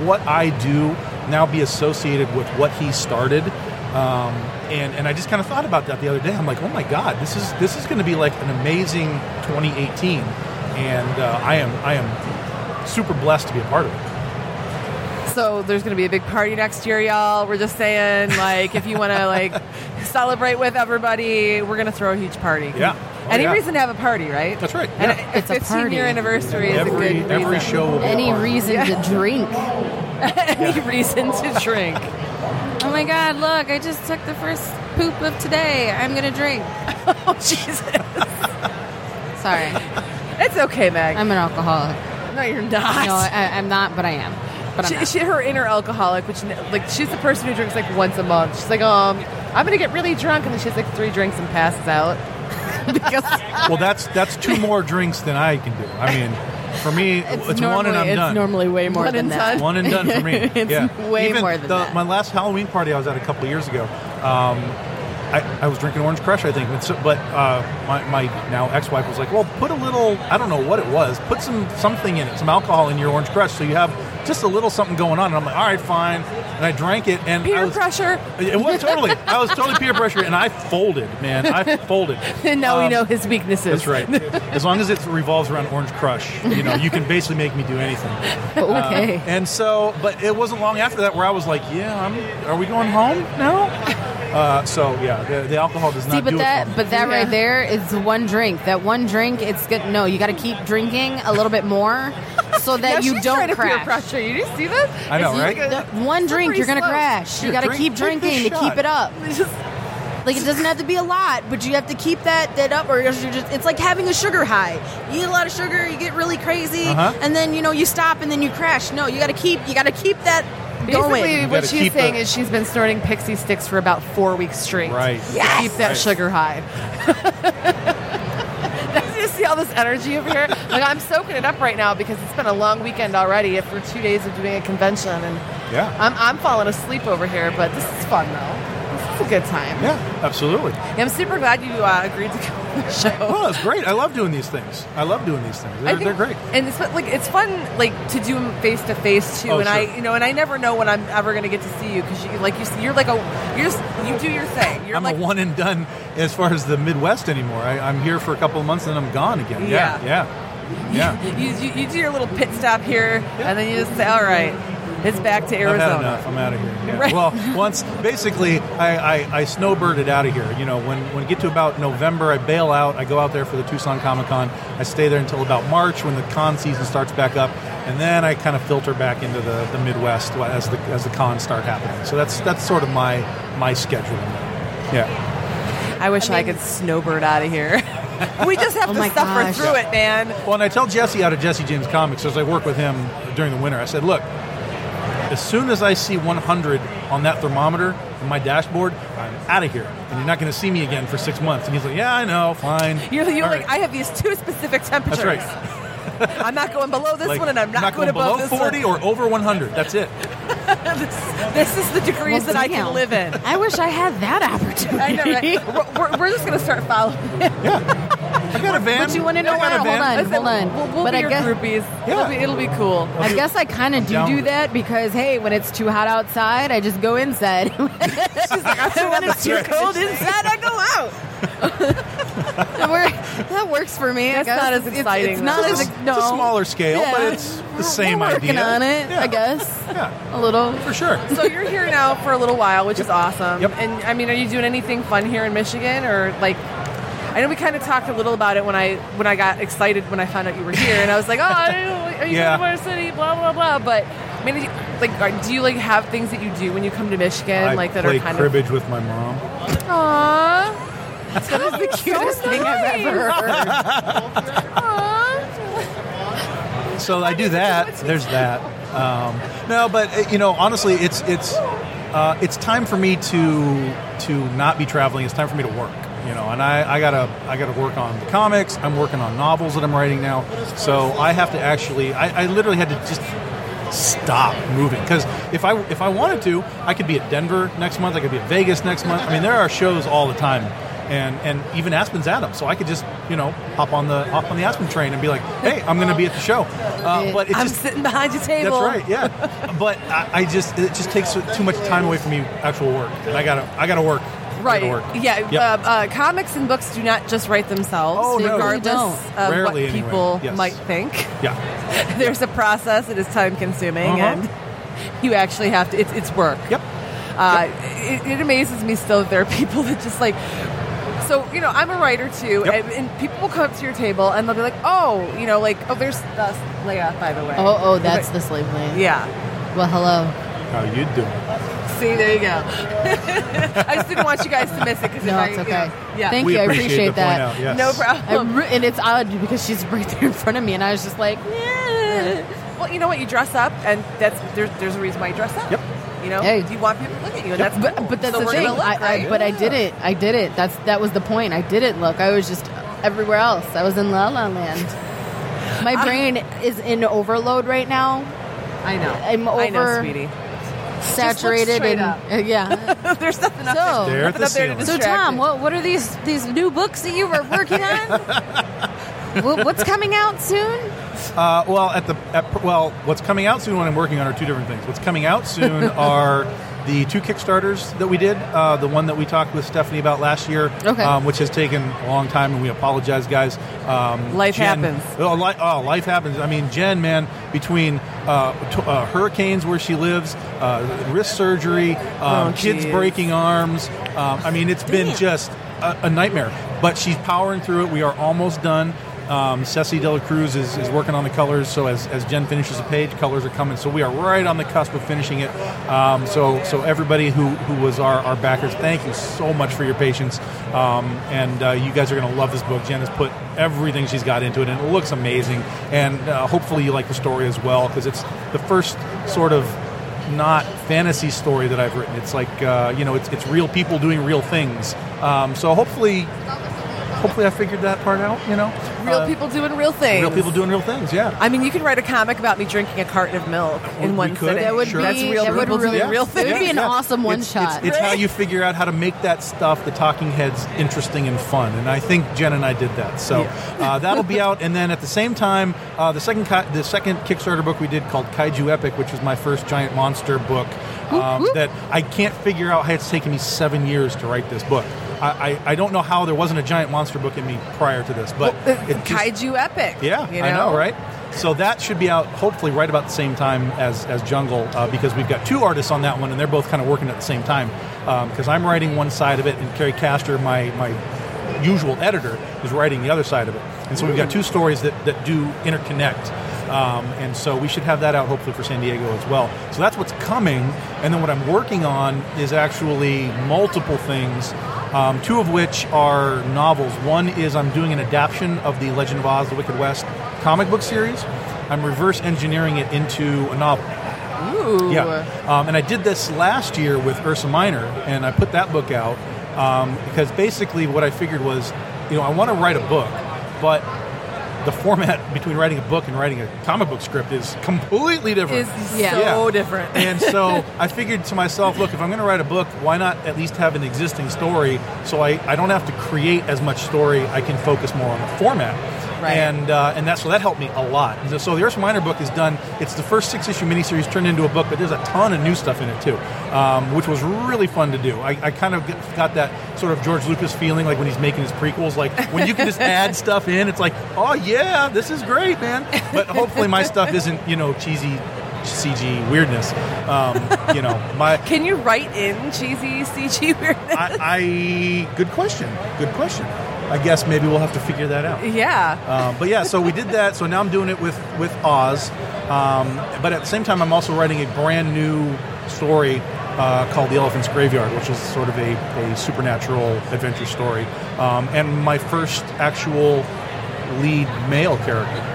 S6: what I do now be associated with what he started. Um, and, and I just kind of thought about that the other day. I'm like, oh my god, this is this is going to be like an amazing 2018, and uh, I am I am super blessed to be a part of it.
S3: So there's going to be a big party next year, y'all. We're just saying, like, if you want to like celebrate with everybody, we're going to throw a huge party.
S6: Yeah. Oh,
S3: Any
S6: yeah.
S3: reason to have a party, right?
S6: That's right.
S3: And
S6: Yeah.
S3: a
S4: It's a
S3: 15
S4: party.
S3: year anniversary is a
S6: Every
S3: good
S6: every
S3: reason.
S6: show will be a
S4: Any
S6: part of it.
S4: reason to drink.
S3: Any reason to drink.
S4: Oh my god, look, I just took the first poop of today. I'm gonna drink.
S3: oh Jesus.
S4: Sorry,
S3: It's okay, Meg.
S4: I'm an alcoholic.
S3: no, you're not.
S4: No, I, I'm not, but I am. But I'm
S3: she,
S4: not.
S3: she, her inner alcoholic, which n- like she's the person who drinks like once a month. She's like, um, I'm gonna get really drunk, and then she has like three drinks and passes out.
S6: Well, that's that's two more drinks than I can do. I mean, for me, it's, one and I'm
S4: it's
S6: done.
S4: normally way more
S3: One
S4: than
S3: and
S4: that.
S3: done.
S6: One and done for me.
S4: It's
S6: yeah.
S4: way
S6: Even
S4: more than
S6: the-
S4: that.
S6: My last Halloween party I was at a couple of years ago. Um, I, I was drinking Orange Crush, I think, but, so, but uh, my, my now ex-wife was like, "Well, put a little. I don't know what it was. Put some something in it, some alcohol in your Orange Crush, so you have just a little something going on." And I'm like, "All right, fine." And I drank it, and I
S3: Peer
S6: was,
S3: pressure.
S6: It was totally. I was totally peer pressure, and I folded, man. I folded.
S3: And now we
S6: Um,
S3: know his weaknesses.
S6: That's right. As long as it revolves around Orange Crush, you know, you can basically make me do anything.
S4: Okay.
S6: And so, but it wasn't long after that where I was like, "Yeah, I'm, are we going home now?" Uh, so yeah, the, the alcohol does
S4: See,
S6: not do
S4: but
S6: it.
S4: that,
S6: for me.
S4: but that right there is one drink. That one drink, it's good. No, you got to keep drinking a little bit more so
S3: Now
S4: that you
S3: she's
S4: don't
S3: trying to peer
S4: crash.
S3: pressure. You just see this?
S6: I know,
S3: It's
S6: right?
S3: like a-
S4: That One drink, you're gonna
S3: slope.
S4: crash.
S6: Here,
S4: you gotta
S6: drink-
S4: keep
S6: take this
S4: drinking to keep
S6: shot.
S4: it up.
S3: It's just-
S7: Like it doesn't have to be a lot, but you have to keep that that up, or else you're just. It's like having a sugar high. You eat a lot of sugar, you get really crazy,
S6: Uh-huh.
S7: and then you know you stop, and then you crash. No, you got to keep. You got to keep that
S3: Basically,
S7: going.
S3: what
S6: gotta
S3: she's
S6: keep
S3: saying
S6: the-
S3: is she's been snorting pixie sticks for about four weeks straight.
S6: Right.
S3: To
S6: Yes.
S3: Keep that
S6: Right.
S3: sugar high. you see all this energy over here? Like, I'm soaking it up right now because it's been a long weekend already for two days of doing a convention. And
S6: yeah,
S3: I'm, I'm falling asleep over here, but this is fun, though. This is a good time.
S6: yeah, absolutely.
S3: I'm super glad you uh, agreed to come on the show.
S6: Well, it's great. I love doing these things. I love doing these things. They're,
S3: I
S6: they're
S3: think-
S6: great.
S3: and it's fun- like it's fun like to do them face to face too.
S6: Oh,
S3: and I,
S6: sure.
S3: you know, and I never know when I'm ever going to get to see you because you like you, s- you're like a you're s- you do your thing. You're
S6: I'm
S3: like
S6: a one and done as far as the Midwest anymore. I, I'm here for a couple of months and I'm gone again. Yeah, yeah, yeah.
S3: you, you, you do your little pit stop here, and then you just say, all right, it's back to
S6: I've
S3: Arizona.
S6: had enough. I'm out of here. Yeah.
S3: Right.
S6: Well, once basically, I, I, I snowbirded out of here. You know, when when we get to about November, I bail out. I go out there for the Tucson Comic Con. I stay there until about March when the con season starts back up, and then I kind of filter back into the, the Midwest wh- as the as the cons start happening. So that's that's sort of my my schedule. Yeah.
S3: I wish I, could snowbird out of here. we just have
S4: Oh my
S3: to suffer
S4: gosh.
S3: through it, man.
S6: Well, and I tell Jesse out of Jesse James Comics as I work with him during the winter. I said, look. As soon as I see 100 on that thermometer on my dashboard, I'm out of here, and you're not going to see me again for six months. And he's like, "Yeah, I know, fine."
S3: You're, you're
S6: All
S3: like,
S6: right.
S3: I have these two specific temperatures.
S6: That's right.
S3: I'm not going below this
S6: Like,
S3: one, and I'm not,
S6: going,
S3: above this
S6: below 40
S3: one.
S6: or over 100. That's it.
S3: This, this is the degrees
S4: Well,
S3: that I
S4: damn.
S3: can live in.
S4: I wish I had that opportunity.
S3: I know, right? we're, we're, we're just going to start following.
S6: I got a van.
S4: But you wanna know
S6: I got
S4: why?
S6: a van.
S4: Hold on.
S3: Listen, We'll, we'll
S4: But
S3: be
S4: I
S3: your
S4: guess-
S3: groupies.
S6: Yeah.
S3: It'll, be, it'll be cool.
S4: I guess I kind of do
S6: Down
S4: do
S6: with it.
S4: that because hey, when it's too hot outside, I just go inside.
S3: when it's too cold inside, I go out.
S4: That work- that works for me. I
S3: That's
S4: guess.
S3: not as
S4: It's-
S3: exciting,
S4: It's, not
S3: though.
S4: as
S6: It's a
S4: no.
S6: smaller scale,
S4: Yeah.
S6: but it's the same
S4: We're working
S6: idea.
S4: on it,
S6: Yeah.
S4: I guess.
S6: Yeah,
S4: A little.
S6: for sure.
S3: So you're here now for a little while, which is awesome.
S6: Yep.
S3: And I mean, are you doing anything fun here in Michigan, or like? I know we kind of talked a little about it when I when I got excited when I found out you were here, and I was like, "Oh, I don't know, are you
S6: Yeah.
S3: going to Motor City?" Blah blah blah. But I mean, like, are, do you like have things that you do when you come to Michigan,
S6: I
S3: like that
S6: play
S3: are kind
S6: cribbage with my mom.
S3: of? Aww, that is the cutest thing I've ever heard. Aw.
S6: so I do that. There's that. Um, no, but uh, you know, honestly, it's it's uh, it's time for me to to not be traveling. It's time for me to work. You know, and I, I gotta I gotta work on the comics. I'm working on novels that I'm writing now. So I have to actually. I, I literally had to just stop moving because if I if I wanted to, I could be at Denver next month. I could be at Vegas next month. I mean, there are shows all the time, and and even Aspen's at 'em. So I could just you know hop on the hop on the Aspen train and be like, hey, I'm going to be at the show. Uh, but it
S3: I'm
S6: just
S3: sitting behind your
S6: that's
S3: table.
S6: right, yeah. but I, I just it just takes too much time away from me actual work, and I gotta I gotta work. I gotta
S3: Right.
S6: work.
S3: Yeah.
S6: Yep.
S3: Uh, uh, comics and books do not just write themselves,
S6: Oh, no.
S3: regardless
S4: They don't.
S3: of
S6: Rarely
S3: what
S6: anyway.
S3: people
S6: Yes.
S3: might think.
S6: yeah.
S3: There's a process. It is time consuming,
S6: Uh-huh.
S3: and you actually have to. It's, it's work.
S6: Yep.
S3: Uh, it, it amazes me still that there are people that just like. So you know, I'm a writer too,
S6: Yep.
S3: and, and people will come up to your table and they'll be like, "Oh, you know, like oh, there's uh, Leia, by the way."
S4: Oh, oh, that's
S3: Okay.
S4: the slave lane.
S3: yeah.
S4: Well, hello.
S6: How you doing?
S3: See, there you go. I just didn't want you guys to miss it because
S4: No,
S3: I,
S4: it's
S3: you
S4: okay.
S3: know, yeah,
S4: Thank
S6: we
S4: you. I
S6: appreciate,
S4: appreciate
S6: the
S4: that.
S6: Point out, yes.
S3: no
S4: I
S3: problem.
S4: re- and it's odd because she's right there in front of me, and I was just like,
S3: Well, you know what? You dress up, and that's there's, there's a reason why you dress up.
S6: Yep.
S3: You know,
S4: Hey.
S3: you want people to look at you, and that's
S4: but,
S3: cool.
S4: but that's
S3: So
S4: the
S3: we're
S4: thing.
S3: gonna Look,
S4: I, I,
S3: right?
S4: but I did it. I did it. That's that was the point. I didn't look. I was just everywhere else. I was in La La Land. My brain is in overload right now.
S3: I know.
S4: I'm
S3: I know,
S4: over-
S3: sweetie.
S4: Saturated
S3: straight
S4: and uh,
S3: up.
S4: yeah.
S3: there's nothing
S4: So-
S3: up there,
S6: There
S3: nothing
S6: at the
S3: up there to
S6: ceiling.
S4: So
S3: distract.
S4: Tom,
S3: me.
S4: what what are these these new books that you were working on? Wh- What's coming out soon?
S6: Uh, well, at the at, well, what's coming out soon? What I'm working on are two different things. What's coming out soon are the two Kickstarters that we did. Uh, the one that we talked with Stephanie about last year,
S4: Okay.
S6: um, which has taken a long time, and we apologize, guys. Um,
S3: Life
S6: Jen-
S3: happens.
S6: Oh, li- oh, life happens. I mean, Jen, man, between uh, t- uh, hurricanes where she lives, uh, wrist surgery,
S3: Oh,
S6: um, kids
S3: geez.
S6: breaking arms. Um, I mean, it's been just a, a nightmare. But she's powering through it. We are almost done. Um, Ceci De La Cruz is, is working on the colors, so as, as Jen finishes the page, colors are coming. So we are right on the cusp of finishing it. Um, so so everybody who, who was our, our backers, thank you so much for your patience. Um, and uh, you guys are going to love this book. Jen has put everything she's got into it, and it looks amazing. And uh, hopefully you like the story as well, because it's the first sort of not fantasy story that I've written. It's like uh, you know, it's, it's real people doing real things. Um, so hopefully, hopefully, I figured that part out. You know,
S3: real
S6: Uh,
S3: people doing real things.
S6: real people doing real things. Yeah.
S3: Um, I mean, you could write a comic about me drinking a carton of milk
S6: We-
S3: in
S6: we
S3: one
S6: could.
S3: sitting.
S6: That would
S4: Sure.
S3: That's
S4: be-
S3: real
S4: that would
S3: people doing
S4: really-
S3: real
S4: that would
S3: things.
S4: be an awesome one
S6: It's-
S4: shot.
S6: It's, it's how you figure out how to make that stuff, the talking heads, interesting and fun. And I think Jen and I did that. So uh, that'll be out. And then at the same time, uh, the second ki- the second Kickstarter book we did called Kaiju Epic, which was my first giant monster book. Um, that I can't figure out how it's taken me seven years to write this book. I, I, I don't know how there wasn't a giant monster book in me prior to this, but it just-
S3: Kaiju epic.
S6: yeah,
S3: uh, you
S6: I know, right? So that should be out hopefully right about the same time as, as Jungle uh, because we've got two artists on that one and they're both kind of working at the same time because I'm writing one side of it and Carrie Castor, my, my usual editor, is writing the other side of it. And so we've got two stories that, that do interconnect. Um, and so we should have that out hopefully for San Diego as well. So that's what's coming. And then what I'm working on is actually multiple things um, two of which are novels. One is I'm doing an adaptation of the Legend of Oz: The Wicked West comic book series. I'm reverse engineering it into a novel.
S3: Ooh.
S6: Yeah, um, and I did this last year with Ursa Minor, and I put that book out um, because basically what I figured was, you know, I want to write a book, but the format between writing a book and writing a comic book script is completely different.
S3: Is
S4: Yeah.
S3: so
S6: Yeah.
S3: different.
S6: And so I figured to myself, look, if I'm going to write a book, why not at least have an existing story so I, I don't have to create as much story. I can focus more on the format.
S3: Right.
S6: And uh, and that's so that helped me a lot. And So the Ursa Minor book is done. It's the first six issue miniseries turned into a book, but there's a ton of new stuff in it too, um, which was really fun to do. I, I kind of get- got that sort of George Lucas feeling, like when he's making his prequels, like when you can just add stuff in. It's like, oh yeah, this is great, man. But hopefully my stuff isn't you know cheesy CG weirdness. Um, you know, my
S3: Can you write in cheesy CG weirdness?
S6: I, I good question, good question. I guess maybe we'll have to figure that out.
S3: Yeah.
S6: Um, but yeah, so we did that. So now I'm doing it with with Oz, um, but at the same time, I'm also writing a brand new story uh, called The Elephant's Graveyard, which is sort of a, a supernatural adventure story, um, and my first actual lead male character.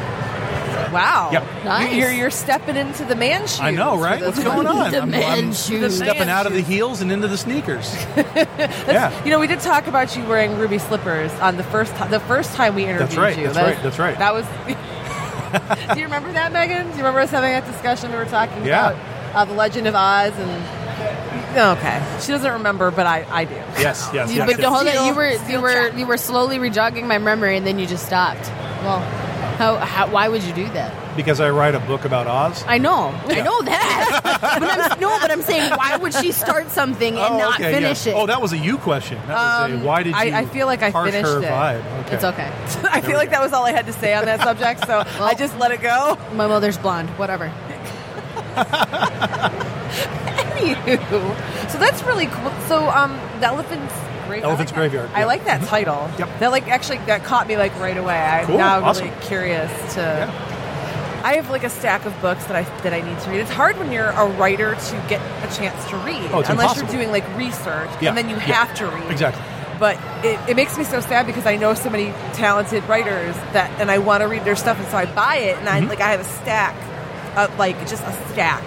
S3: Wow.
S6: Uh, Yep.
S4: Nice.
S3: You're, you're, you're stepping into the man shoes.
S6: I know,
S3: for
S6: right?
S3: this
S6: What's going
S3: one.
S6: on? I'm,
S4: Man
S6: I'm
S4: shoes.
S6: stepping
S3: Man
S6: out of the
S3: shoes.
S6: heels and into the sneakers. yeah.
S3: You know, we did talk about you wearing ruby slippers on the first ti- the first time we interviewed
S6: right,
S3: you.
S6: that's
S3: That
S6: right,
S3: was-
S6: that's right.
S3: That was. Do you remember that, Megan? Do you remember us having that discussion? We were talking
S6: Yeah.
S3: about uh, the Legend of Oz and. oh, Okay, she doesn't remember, but I, I do.
S6: Yes, yes,
S4: You,
S6: yes.
S4: but
S6: yes.
S4: hold
S3: Steal-
S4: on, you were you
S3: steal
S4: were
S3: chat.
S4: you were slowly rejogging my memory, and then you just stopped. Well, how, how why would you do that?
S6: Because I write a book about Oz.
S4: I know, I know that. but I'm, no, but I'm saying, why would she start something and
S6: Oh,
S4: not
S6: okay,
S4: finish
S6: yeah.
S4: it?
S6: Oh, that was a you question. That was
S3: Um,
S6: a why did you?
S3: I- I feel like I
S6: harsh
S3: finished
S6: her
S3: it.
S6: vibe. Okay.
S4: it's okay.
S3: I feel like that was all I had to say on that subject, so I just let it go.
S4: My mother's blonde. Whatever.
S3: Anywho, so that's really cool. So, um, the elephant's graveyard.
S6: Elephant's Graveyard,
S3: I
S6: yeah. Mm-hmm.
S3: like that title.
S6: Yep.
S3: That like actually that caught me like right away. I'm
S6: Cool,
S3: now
S6: awesome.
S3: really curious to. I have like a stack of books that I that I need to read. It's hard when you're a writer to get a chance to read,
S6: Oh,
S3: unless
S6: it's impossible.
S3: you're doing like research,
S6: Yeah,
S3: and then you
S6: yeah,
S3: have to read
S6: exactly.
S3: But it, it makes me so sad because I know so many talented writers that, and I want to read their stuff, and so I buy it, and
S6: Mm-hmm.
S3: I like I have a stack, of like just a stack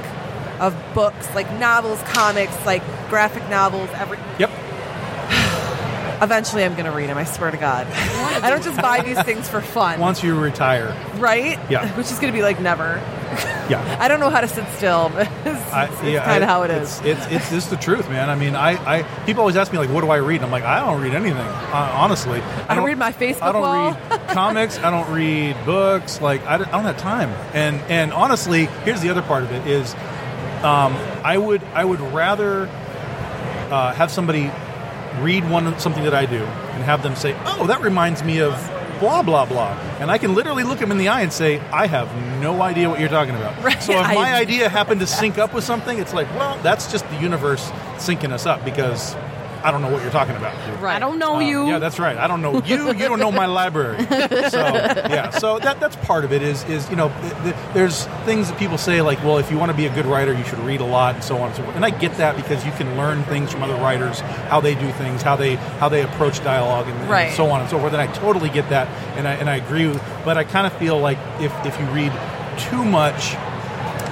S3: of books, like novels, comics, like graphic novels, every.
S6: Yep.
S3: Eventually, I'm going to read them. I swear to God. I don't just buy these things for fun,
S6: Once you retire,
S3: right?
S6: Yeah.
S3: Which is going to be like never.
S6: yeah.
S3: I don't know how to sit still. But it's
S6: I- yeah,
S3: kind of
S6: I-
S3: how it
S6: it's,
S3: is.
S6: It's it's it's the truth, man. I mean, I, I people always ask me like, what do I read? And I'm like, I don't read anything, uh, honestly. I,
S3: don't read my Facebook
S6: I don't
S3: wall.
S6: read comics. I don't read books. Like, I don't, I don't have time. And and honestly, here's the other part of it is, um, I would I would rather uh, have somebody read one something that I do and have them say, "Oh, that reminds me of blah blah blah," and I can literally look them in the eye and say, "I have no idea what you're talking about."
S3: Right,
S6: So if
S3: I-
S6: my idea happened to sync up with something, it's like, well, that's just the universe syncing us up because I don't know what you're talking about.
S4: I don't know
S6: Um,
S4: you.
S6: Yeah, that's right. I don't know you. You don't know my library. So yeah, so that that's part of it. Is is you know, th- th- there's things that people say like, well, if you want to be a good writer, you should read a lot and so on and so forth. And I get that because you can learn things from other writers, how they do things, how they how they approach dialogue, and, and
S3: Right.
S6: so on and so forth. And I totally get that, and I and I agree. With, but I kind of feel like if if you read too much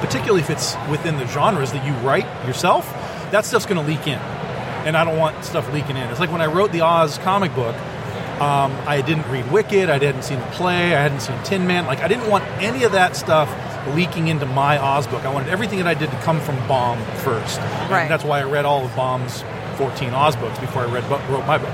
S6: particularly if it's within the genres that you write yourself, that stuff's going to leak in. And I don't want stuff leaking in. It's like when I wrote the Oz comic book, um, I didn't read Wicked, I hadn't seen the play, I hadn't seen Tin Man. Like, I didn't want any of that stuff leaking into my Oz book. I wanted everything that I did to come from Baum first. And
S3: Right.
S6: that's why I read all of Baum's 14 Oz books before I read bu- wrote my book.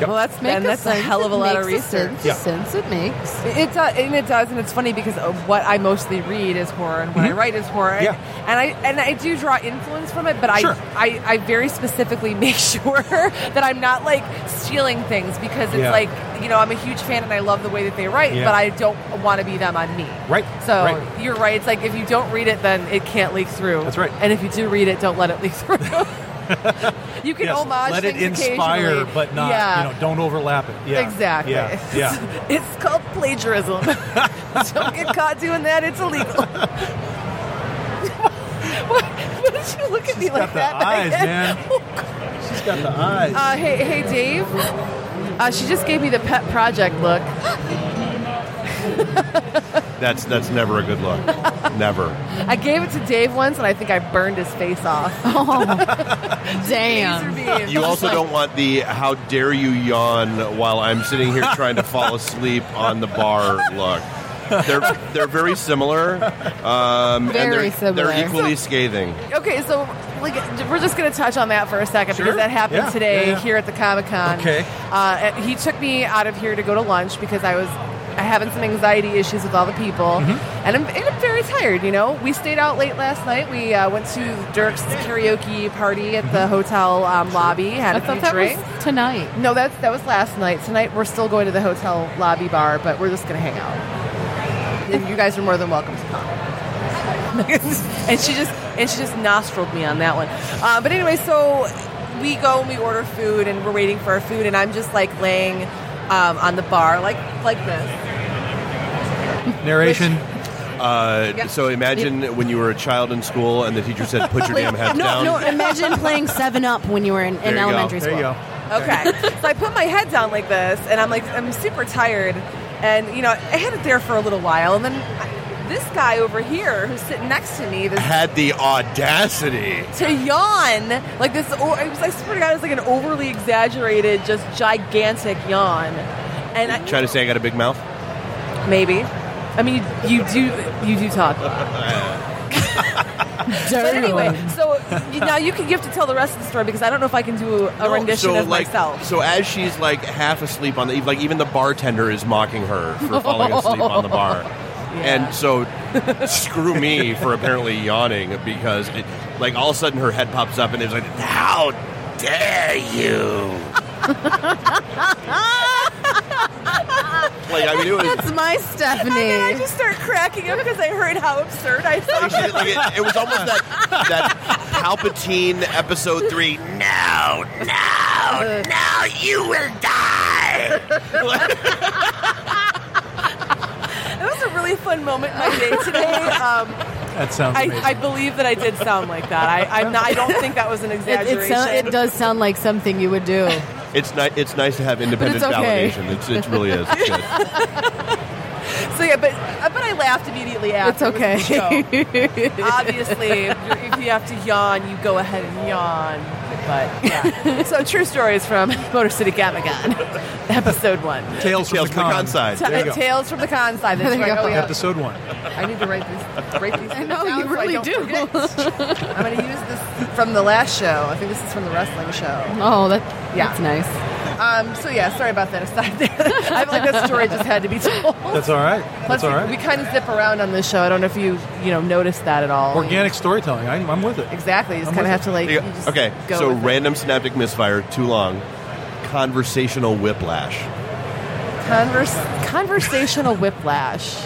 S3: Well, that's
S4: Make
S3: and that's a
S4: sense.
S3: hell of a
S4: It
S3: lot of
S4: makes
S3: research.
S4: Sense.
S6: Yeah.
S4: sense it makes.
S3: It does, and it does, and it's funny because uh, what I mostly read is horror, and what I write is horror,
S6: Mm-hmm. Yeah.
S3: and I and I do draw influence from it, but I,
S6: Sure.
S3: I I very specifically make sure that I'm not like stealing things because it's
S6: Yeah.
S3: like you know I'm a huge fan and I love the way that they write,
S6: Yeah.
S3: but I don't want to be them on me.
S6: Right,
S3: So
S6: right.
S3: you're right. It's like if you don't read it, then it can't leak through.
S6: That's right.
S3: And if you do read it, don't let it leak through. you can
S6: Yes,
S3: homage
S6: let it
S3: things
S6: inspire,
S3: occasionally.
S6: but not,
S3: yeah.
S6: you know, don't overlap it. Yeah.
S3: Exactly.
S6: Yeah. yeah.
S3: It's called plagiarism. Don't get caught doing that. It's illegal. what, what did you look at me like
S6: got the
S3: that?
S6: eyes, man. She's got the eyes.
S3: Uh, hey, hey, Dave. Uh, she just gave me the pet project look.
S5: That's that's never a good look. never.
S3: I gave it to Dave once, and I think I burned his face off. Laser
S4: Damn.
S3: beam.
S5: You also don't want the "How dare you yawn while I'm sitting here trying to fall asleep on the bar" look. They're they're very similar. Um, and
S4: Very
S5: they're,
S4: similar.
S5: They're equally scathing.
S3: Okay, so like we're just gonna touch on that for a second
S6: Sure.
S3: because that happened
S6: Yeah,
S3: today
S6: yeah, yeah.
S3: here at the Comic Con.
S6: Okay.
S3: Uh, and he took me out of here to go to lunch because I was I having some anxiety issues with all the people,
S6: Mm-hmm.
S3: and, I'm, and I'm very tired. You know, we stayed out late last night. We uh, went to Dirk's karaoke party at
S6: Mm-hmm.
S3: the hotel um, lobby. Had
S4: I
S3: a few
S4: thought that
S3: drinks.
S4: was tonight.
S3: No, that's that was last night. Tonight we're still going to the hotel lobby bar, but we're just gonna hang out. And you guys are more than welcome to come. and she just and she just nostriled me on that one. Uh, but anyway, so we go and we order food and we're waiting for our food, and I'm just like laying um, on the bar like like this.
S6: Narration.
S5: Uh,
S3: Yeah.
S5: So imagine when you were a child in school and the teacher said, "Put your damn head
S7: no,
S5: down."
S7: no,
S4: Imagine playing Seven Up when you were in,
S5: There
S4: in
S5: you go.
S4: elementary
S6: There
S4: school.
S6: you go.
S3: Okay, so I put my head down like this, and I'm like I'm super tired, and you know I had it there for a little while, and then. I, this guy over here who's sitting next to me, this
S5: Had the audacity.
S3: to yawn like this. o- It was, I swear to God, it was like an overly exaggerated, just gigantic yawn. And I,
S5: Trying to say I got a big mouth.
S3: maybe, I mean, you, you do you do talk. But anyway, so you, now you can you have to tell the rest of the story because I don't know if I can do a
S5: No,
S3: rendition
S5: Oh, so
S3: of
S5: like,
S3: myself.
S5: So as she's like half asleep on the, like even the bartender is mocking her for falling asleep on the bar, and so screw me for apparently yawning because it, like all of a sudden her head pops up and it's like, how dare you? like I mean it was.
S4: That's my
S3: I
S4: Stephanie.
S3: just start cracking up because I heard how absurd I
S5: Like,
S3: sounded.
S5: she- like, it, it was almost that that Palpatine episode three. No, no, no! You will die.
S3: It was a really fun moment in my day today. Um,
S6: That sounds
S3: I,
S6: amazing.
S3: I believe that I did sound like that. I, I'm not, I don't think that was an
S4: It,
S3: exaggeration.
S4: it, sound, it does sound like something you would do.
S5: It's nice. It's nice to have independent
S4: it's okay.
S5: validation. It's, it really is. It's good.
S3: So yeah, but uh, but I laughed immediately
S4: It's
S3: after.
S4: okay.
S3: It was a joke. Obviously, if, you're- if you have to yawn, you go ahead and yawn. But yeah. so true stories from Motor City Gamagon, episode one.
S6: Tales,
S5: Tales from the con side.
S3: Ta-
S6: There you go.
S3: Tales from the con side. That's
S4: There you
S3: right.
S4: go.
S3: Oh, yeah.
S6: Episode one.
S3: I need to write this. Write these. things
S4: know, you
S3: down so I
S4: really
S3: don't
S4: do.
S3: forget. I'm going to use this from the last show. I think this is from the wrestling show.
S4: Oh, that,
S3: Yeah.
S4: that's nice.
S3: Um, so yeah, sorry about that. Aside, I feel like that story just had to be told.
S6: That's all right.
S3: Plus,
S6: That's all
S3: we-
S6: right.
S3: we, kind of zip around on this show. I don't know if you you know noticed that at all.
S6: Organic storytelling. I, I'm with it.
S3: Exactly. You just
S6: I'm
S3: kind of have
S6: with
S3: to like.
S5: You-
S3: you just
S5: okay,
S3: Go
S5: so
S3: with it.
S5: random synaptic misfire, too long. Conversational whiplash.
S3: Converse, conversational whiplash.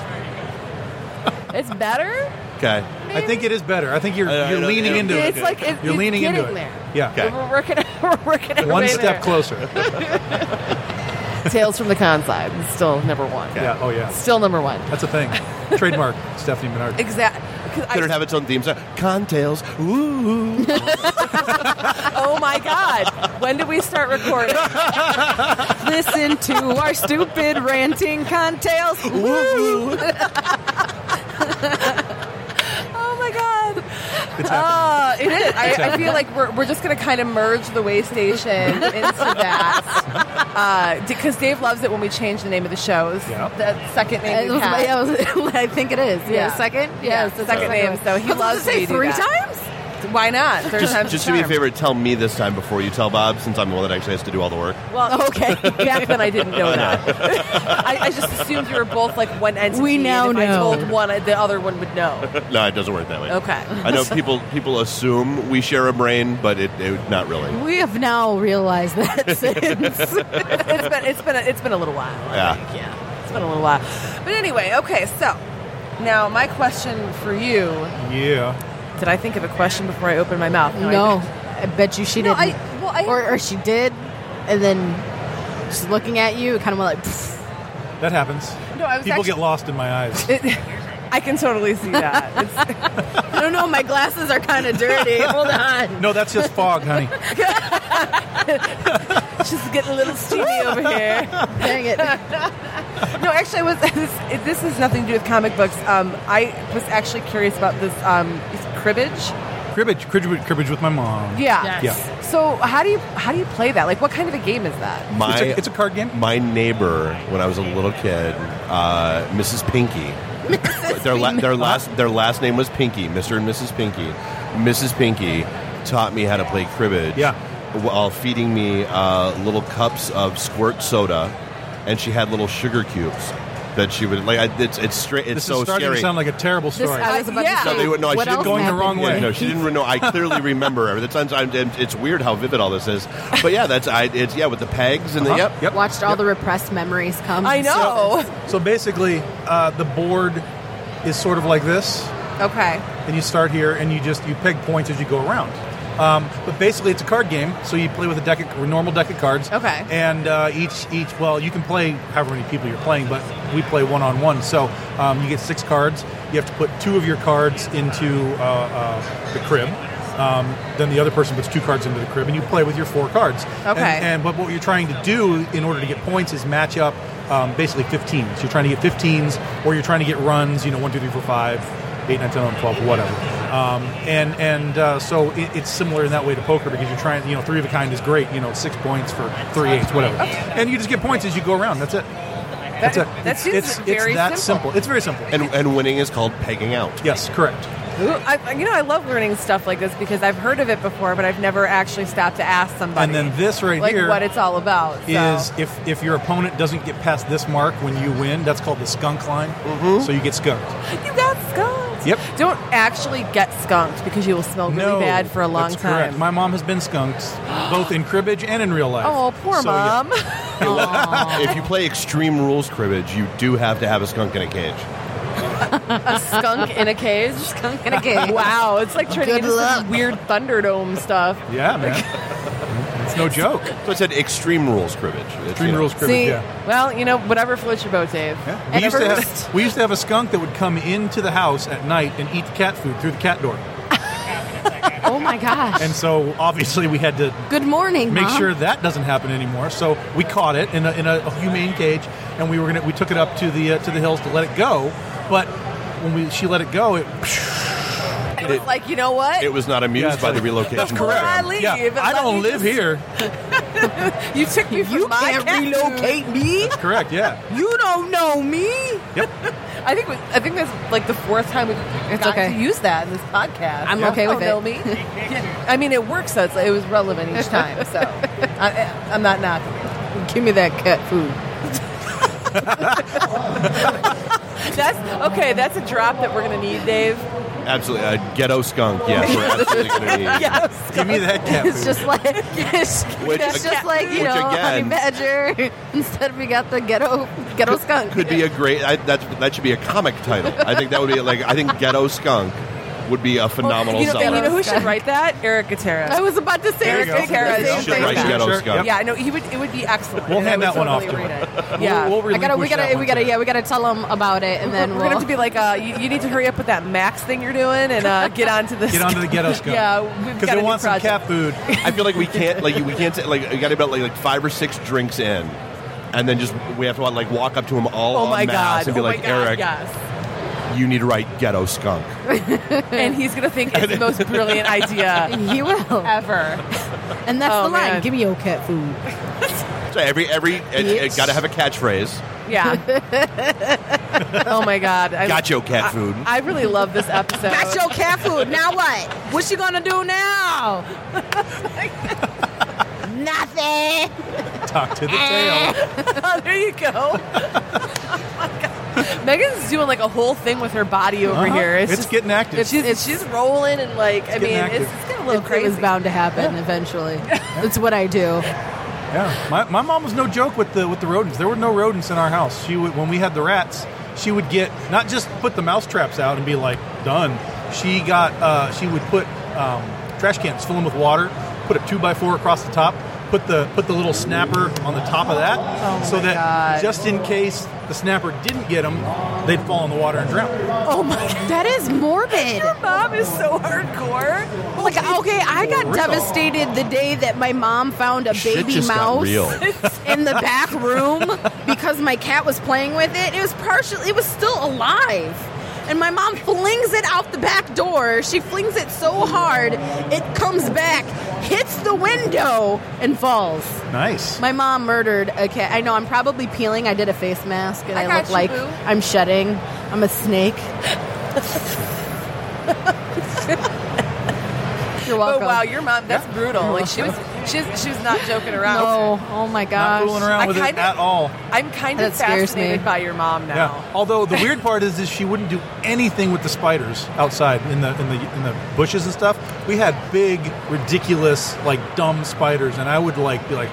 S3: It's better.
S5: Okay.
S6: I think it is better. I think you're
S5: I- I
S6: you're
S5: don't-
S6: leaning
S5: yeah.
S6: into
S3: Yeah,
S6: it.
S3: it's like it-
S6: you're
S3: it's
S6: leaning into
S3: getting
S6: it.
S3: there.
S6: Yeah.
S5: Okay.
S3: We're working. We're working. our
S6: One
S3: way
S6: step
S3: there.
S6: closer.
S3: Tales from the con side. Still number one.
S6: yeah. Oh yeah.
S3: Still number one.
S6: That's a thing. Trademark. Stephanie Menard.
S3: Exactly.
S5: Could it have its own theme song? Contails. Ooh.
S3: Oh my God! When did we start recording?
S4: Listen to our stupid ranting cocktails.
S5: Ooh.
S3: Oh my god! Uh, it is. I, I feel like we're, we're just going to kind of merge the way station into that because Dave loves it when we change the name of the shows.
S6: Yeah.
S3: That second name.
S4: Uh, It
S3: we
S4: was-
S3: had.
S4: yeah, it was- I think it is. Yeah,
S3: Yeah.
S4: second.
S3: Yeah,
S4: Yes, it's
S3: second
S4: the
S3: name,
S4: one.
S3: so he
S4: I was gonna
S3: loves
S4: say
S3: me to do
S4: three
S3: that.
S4: times.
S3: Why not? Third
S5: Just,
S3: time's
S5: just
S3: the
S5: do me a
S3: charm.
S5: favor. Tell me this time before you tell Bob, since I'm the one that actually has to do all the work.
S3: Well, okay. Back then, I didn't know that. I, I just assumed you were both like one entity.
S4: We
S3: and
S4: now
S3: if I
S4: know.
S3: told one, I- the other one would know.
S5: No, it doesn't work that way.
S3: Okay.
S5: I know people people assume we share a brain, but it, it not really.
S4: We have now realized that since.
S3: It's been it's been a, it's been a little while.
S5: Yeah.
S3: Yeah, it's been a little while. But anyway, okay. So now my question for you
S6: Yeah.
S3: Did I think of a question before I opened my mouth? I
S4: no, I bet you she
S3: No,
S4: didn't.
S3: I- well, I-
S4: or, or she did, and then she's looking at you, kind of like. "Pfft."
S6: That happens.
S3: No, I was
S6: People
S3: actually-
S6: get lost in my eyes.
S3: didn't. It- I can totally see that. It's-
S4: I don't know. My glasses are kind of dirty. Hold on.
S6: No, that's just fog, honey.
S3: It's just getting a little steamy over here.
S4: Dang it.
S3: No, actually, I was. This, it- this has nothing to do with comic books. Um, I was actually curious about this um, is it cribbage.
S6: cribbage, cribbage, cribbage with my mom.
S3: Yeah.
S6: Yes.
S3: So how do you how do you play that? Like, what kind of a game is that?
S5: My
S6: It's, a, it's a card game.
S5: my neighbor when I was a little kid, uh, Mrs. Pinky. their, la- their last their last name was Pinky, Mr. and Mrs. Pinky. Mrs. Pinky taught me how to play cribbage.
S6: Yeah.
S5: While feeding me uh, little cups of squirt soda, and she had little sugar cubes that she would like. I, it's it's straight. It's
S6: This
S5: so
S6: is starting
S5: scary.
S6: to sound like a terrible
S4: This,
S6: story.
S4: I was about
S3: Yeah.
S4: to say.
S5: No, they would- no, I
S4: what
S5: should-
S4: else
S6: Going the
S4: happened?
S6: wrong way.
S5: Yeah, no, she didn't know. I clearly remember every the times. I'm, it's weird how vivid all this is. But yeah, that's I. It's yeah with the pegs and the
S6: Uh-huh.
S5: yep.
S6: Yep.
S4: Watched all the repressed memories come.
S3: I know.
S6: So basically, uh, the board is sort of like this,
S3: okay.
S6: and you start here, and you just you peg points as you go around. Um, but basically, it's a card game. So you play with a deck, of, a normal deck of cards.
S3: Okay.
S6: And uh, each each well, you can play however many people you're playing, but we play one on one. So um, you get six cards. You have to put two of your cards into uh, uh, the crib. Um, then the other person puts two cards into the crib, and you play with your four cards.
S3: Okay.
S6: And, and but what you're trying to do in order to get points is match up um, basically 15s. You're trying to get 15s, or you're trying to get runs. You know, one, two, three, four, five, eight, nine, ten, eleven, twelve, whatever. Um, and and uh, so it, it's similar in that way to poker because you're trying. You know, three of a kind is great. You know, six points for three eights, whatever. And you just get points as you go around. That's it. That's it.
S3: that
S6: It's,
S3: seems
S6: it's, it's
S3: very
S6: that
S3: simple.
S6: simple. It's very simple.
S5: And and winning is called pegging out.
S6: yes, correct.
S3: Ooh, I, you know, I love learning stuff like this because I've heard of it before, but I've never actually stopped to ask somebody.
S6: And then this right
S3: like
S6: here
S3: what it's all about so.
S6: is if, if your opponent doesn't get past this mark when you win, that's called the skunk line.
S3: Mm-hmm.
S6: So you get skunked.
S3: You got skunked.
S6: Yep.
S3: Don't actually get skunked because you will smell really bad for a long
S6: that's
S3: time.
S6: Correct. My mom has been skunked both in cribbage and in real life.
S3: oh, poor
S6: So, yeah.
S3: mom.
S5: if you play extreme rules cribbage, you do have to have a skunk in a cage.
S3: a skunk in a cage. Skunk in a cage. Wow, it's like turning
S4: Good
S3: into some
S4: luck.
S3: weird Thunderdome stuff.
S6: Yeah, man. It's no joke.
S5: So it said extreme rules cribbage. It's,
S6: Dream
S5: you know,
S6: rules cribbage.
S3: See,
S6: yeah.
S3: well, you know, whatever floats your boat, Dave.
S6: Yeah.
S3: At
S6: We, used to
S3: first-
S6: have, we used to have a skunk that would come into the house at night and eat the cat food through the cat door.
S4: Oh my gosh.
S6: And so obviously we had to
S4: Good morning,
S6: make
S3: Uh-huh.
S4: Mom.
S6: sure that doesn't happen anymore. So we caught it in a, in a humane cage, and we were gonna we took it up to the uh, to the hills to let it go. But when we she let it go, it
S3: and it's like, you know what?
S5: It was not amused
S6: Yeah, it's
S5: by the
S6: like-
S5: relocation.
S3: correct.
S5: program.
S3: I leave.
S6: yeah,
S3: It's
S6: I
S3: like
S6: don't
S3: you
S6: live
S3: just-
S6: here.
S3: you took me from my cat food.
S7: me.
S6: Correct. Yeah.
S7: You don't know me.
S6: Yep.
S3: I think we, I think that's like the fourth time we've
S4: It's
S3: gotten
S4: okay.
S3: to use that in this podcast.
S4: I'm okay
S3: Oh,
S4: with it.
S3: know me? Yeah. I mean, it works. So it's, it was relevant each time. So I, I'm not knocking it.
S4: Give me that cat food.
S3: That's okay. That's a drop that we're gonna need, Dave.
S5: Absolutely, a ghetto skunk. Yes, we're absolutely going to need.
S3: Yes.
S6: Give me that cat
S4: It's
S6: food.
S4: just like it's,
S5: Which
S4: it's
S5: ag-
S4: just like you
S5: which
S4: know, honey
S5: again-
S4: badger. Instead, we got the ghetto ghetto skunk.
S5: Could be a great. I, that's that should be a comic title. I think that would be like. I think ghetto skunk would be a phenomenal
S3: you know, you
S5: seller.
S3: know who should write that? Eric Gutierrez.
S4: I was about to say
S3: There you
S4: the
S3: go.
S4: same
S3: There you go.
S4: thing.
S5: should write
S6: Sure,
S5: ghetto
S6: sure.
S5: skunk.
S3: Yeah, I know he would. It would be excellent.
S6: We'll
S3: And I
S6: hand
S3: would
S6: that one off
S3: totally
S6: to
S3: read
S6: him.
S3: it.
S6: We'll-
S3: Yeah,
S4: I gotta, we
S6: we'll relinquish that
S4: gotta,
S6: one
S4: we gotta,
S6: to him.
S4: yeah, we gotta tell them about it, and then
S3: we're
S4: we'll.
S3: gonna have to be like, uh, you, you need to hurry up with that Max thing you're doing and uh, get onto this.
S6: Get onto the ghetto skunk.
S3: Yeah, we've
S6: because
S3: got a
S6: they
S3: new
S6: want some
S3: project.
S6: cat food.
S5: I feel like we can't. Like we can't. say- Like we got about like, like five or six drinks in, and then just we have to like walk up to him all
S3: Oh my
S5: en masse
S3: god!
S5: and be
S3: oh
S5: like,
S3: my god!
S5: Eric,
S3: Yes.
S5: you need to write ghetto skunk.
S3: And he's gonna think it's the most brilliant idea
S4: he will,
S3: ever.
S4: and that's
S3: Oh,
S4: the line.
S3: man.
S4: Give me your cat food.
S5: So every every it, it got to have a catchphrase.
S3: Yeah. oh my god! I,
S5: Got your cat food.
S3: I really love this episode.
S7: That's
S4: oh,
S7: your cat food. Now what? What you gonna do now? Nothing.
S6: Talk to the tail.
S3: there you go. oh my god. Megan's doing like a whole thing with her body over
S6: Uh-huh.
S3: here. It's,
S6: It's
S3: just,
S6: getting active.
S3: She's, she's rolling and like I mean,
S6: getting
S3: it's,
S6: active.
S3: it's getting a
S4: It,
S3: little
S4: it
S3: crazy.
S4: was bound to happen eventually. That's what I do.
S6: Yeah, my, my mom was no joke with the with the rodents. There were no rodents in our house. She would when we had the rats, she would get not just put the mouse traps out and be like done. She got uh, she would put um, trash cans fill them with water, put a two by four across the top, put the put the little snapper on the top of that, so that
S3: Oh God.
S6: just in case the snapper didn't get them, they'd fall in the water and drown.
S4: Oh my, that is morbid.
S3: Mom is so hardcore.
S4: Like, Oh okay, I got devastated the day that my mom found a
S5: Shit
S4: baby
S5: just got
S4: mouse
S5: real.
S4: in the back room because my cat was playing with it. It was partially, it was still alive. And my mom flings it out the back door. She flings it so hard, it comes back, hits the window, and falls.
S6: Nice.
S4: My mom murdered a cat. I know, I'm probably peeling. I did a face mask, and
S3: I
S4: I,
S3: got
S4: look
S3: you,
S4: like
S3: boo.
S4: I'm shedding. I'm a snake. You're
S3: But
S4: welcome.
S3: Oh, wow, your mom, that's brutal. Like she was she was, she was not joking around.
S4: No, oh my
S6: Not
S4: gosh.
S6: fooling around
S3: I
S6: with it
S3: kinda-
S6: at all.
S3: I'm kind of
S4: That scares me.
S3: fascinated by your mom now.
S6: Yeah. Although the weird part is, is she wouldn't do anything with the spiders outside in the in the in the bushes and stuff. We had big, ridiculous, like dumb spiders, and I would like be like,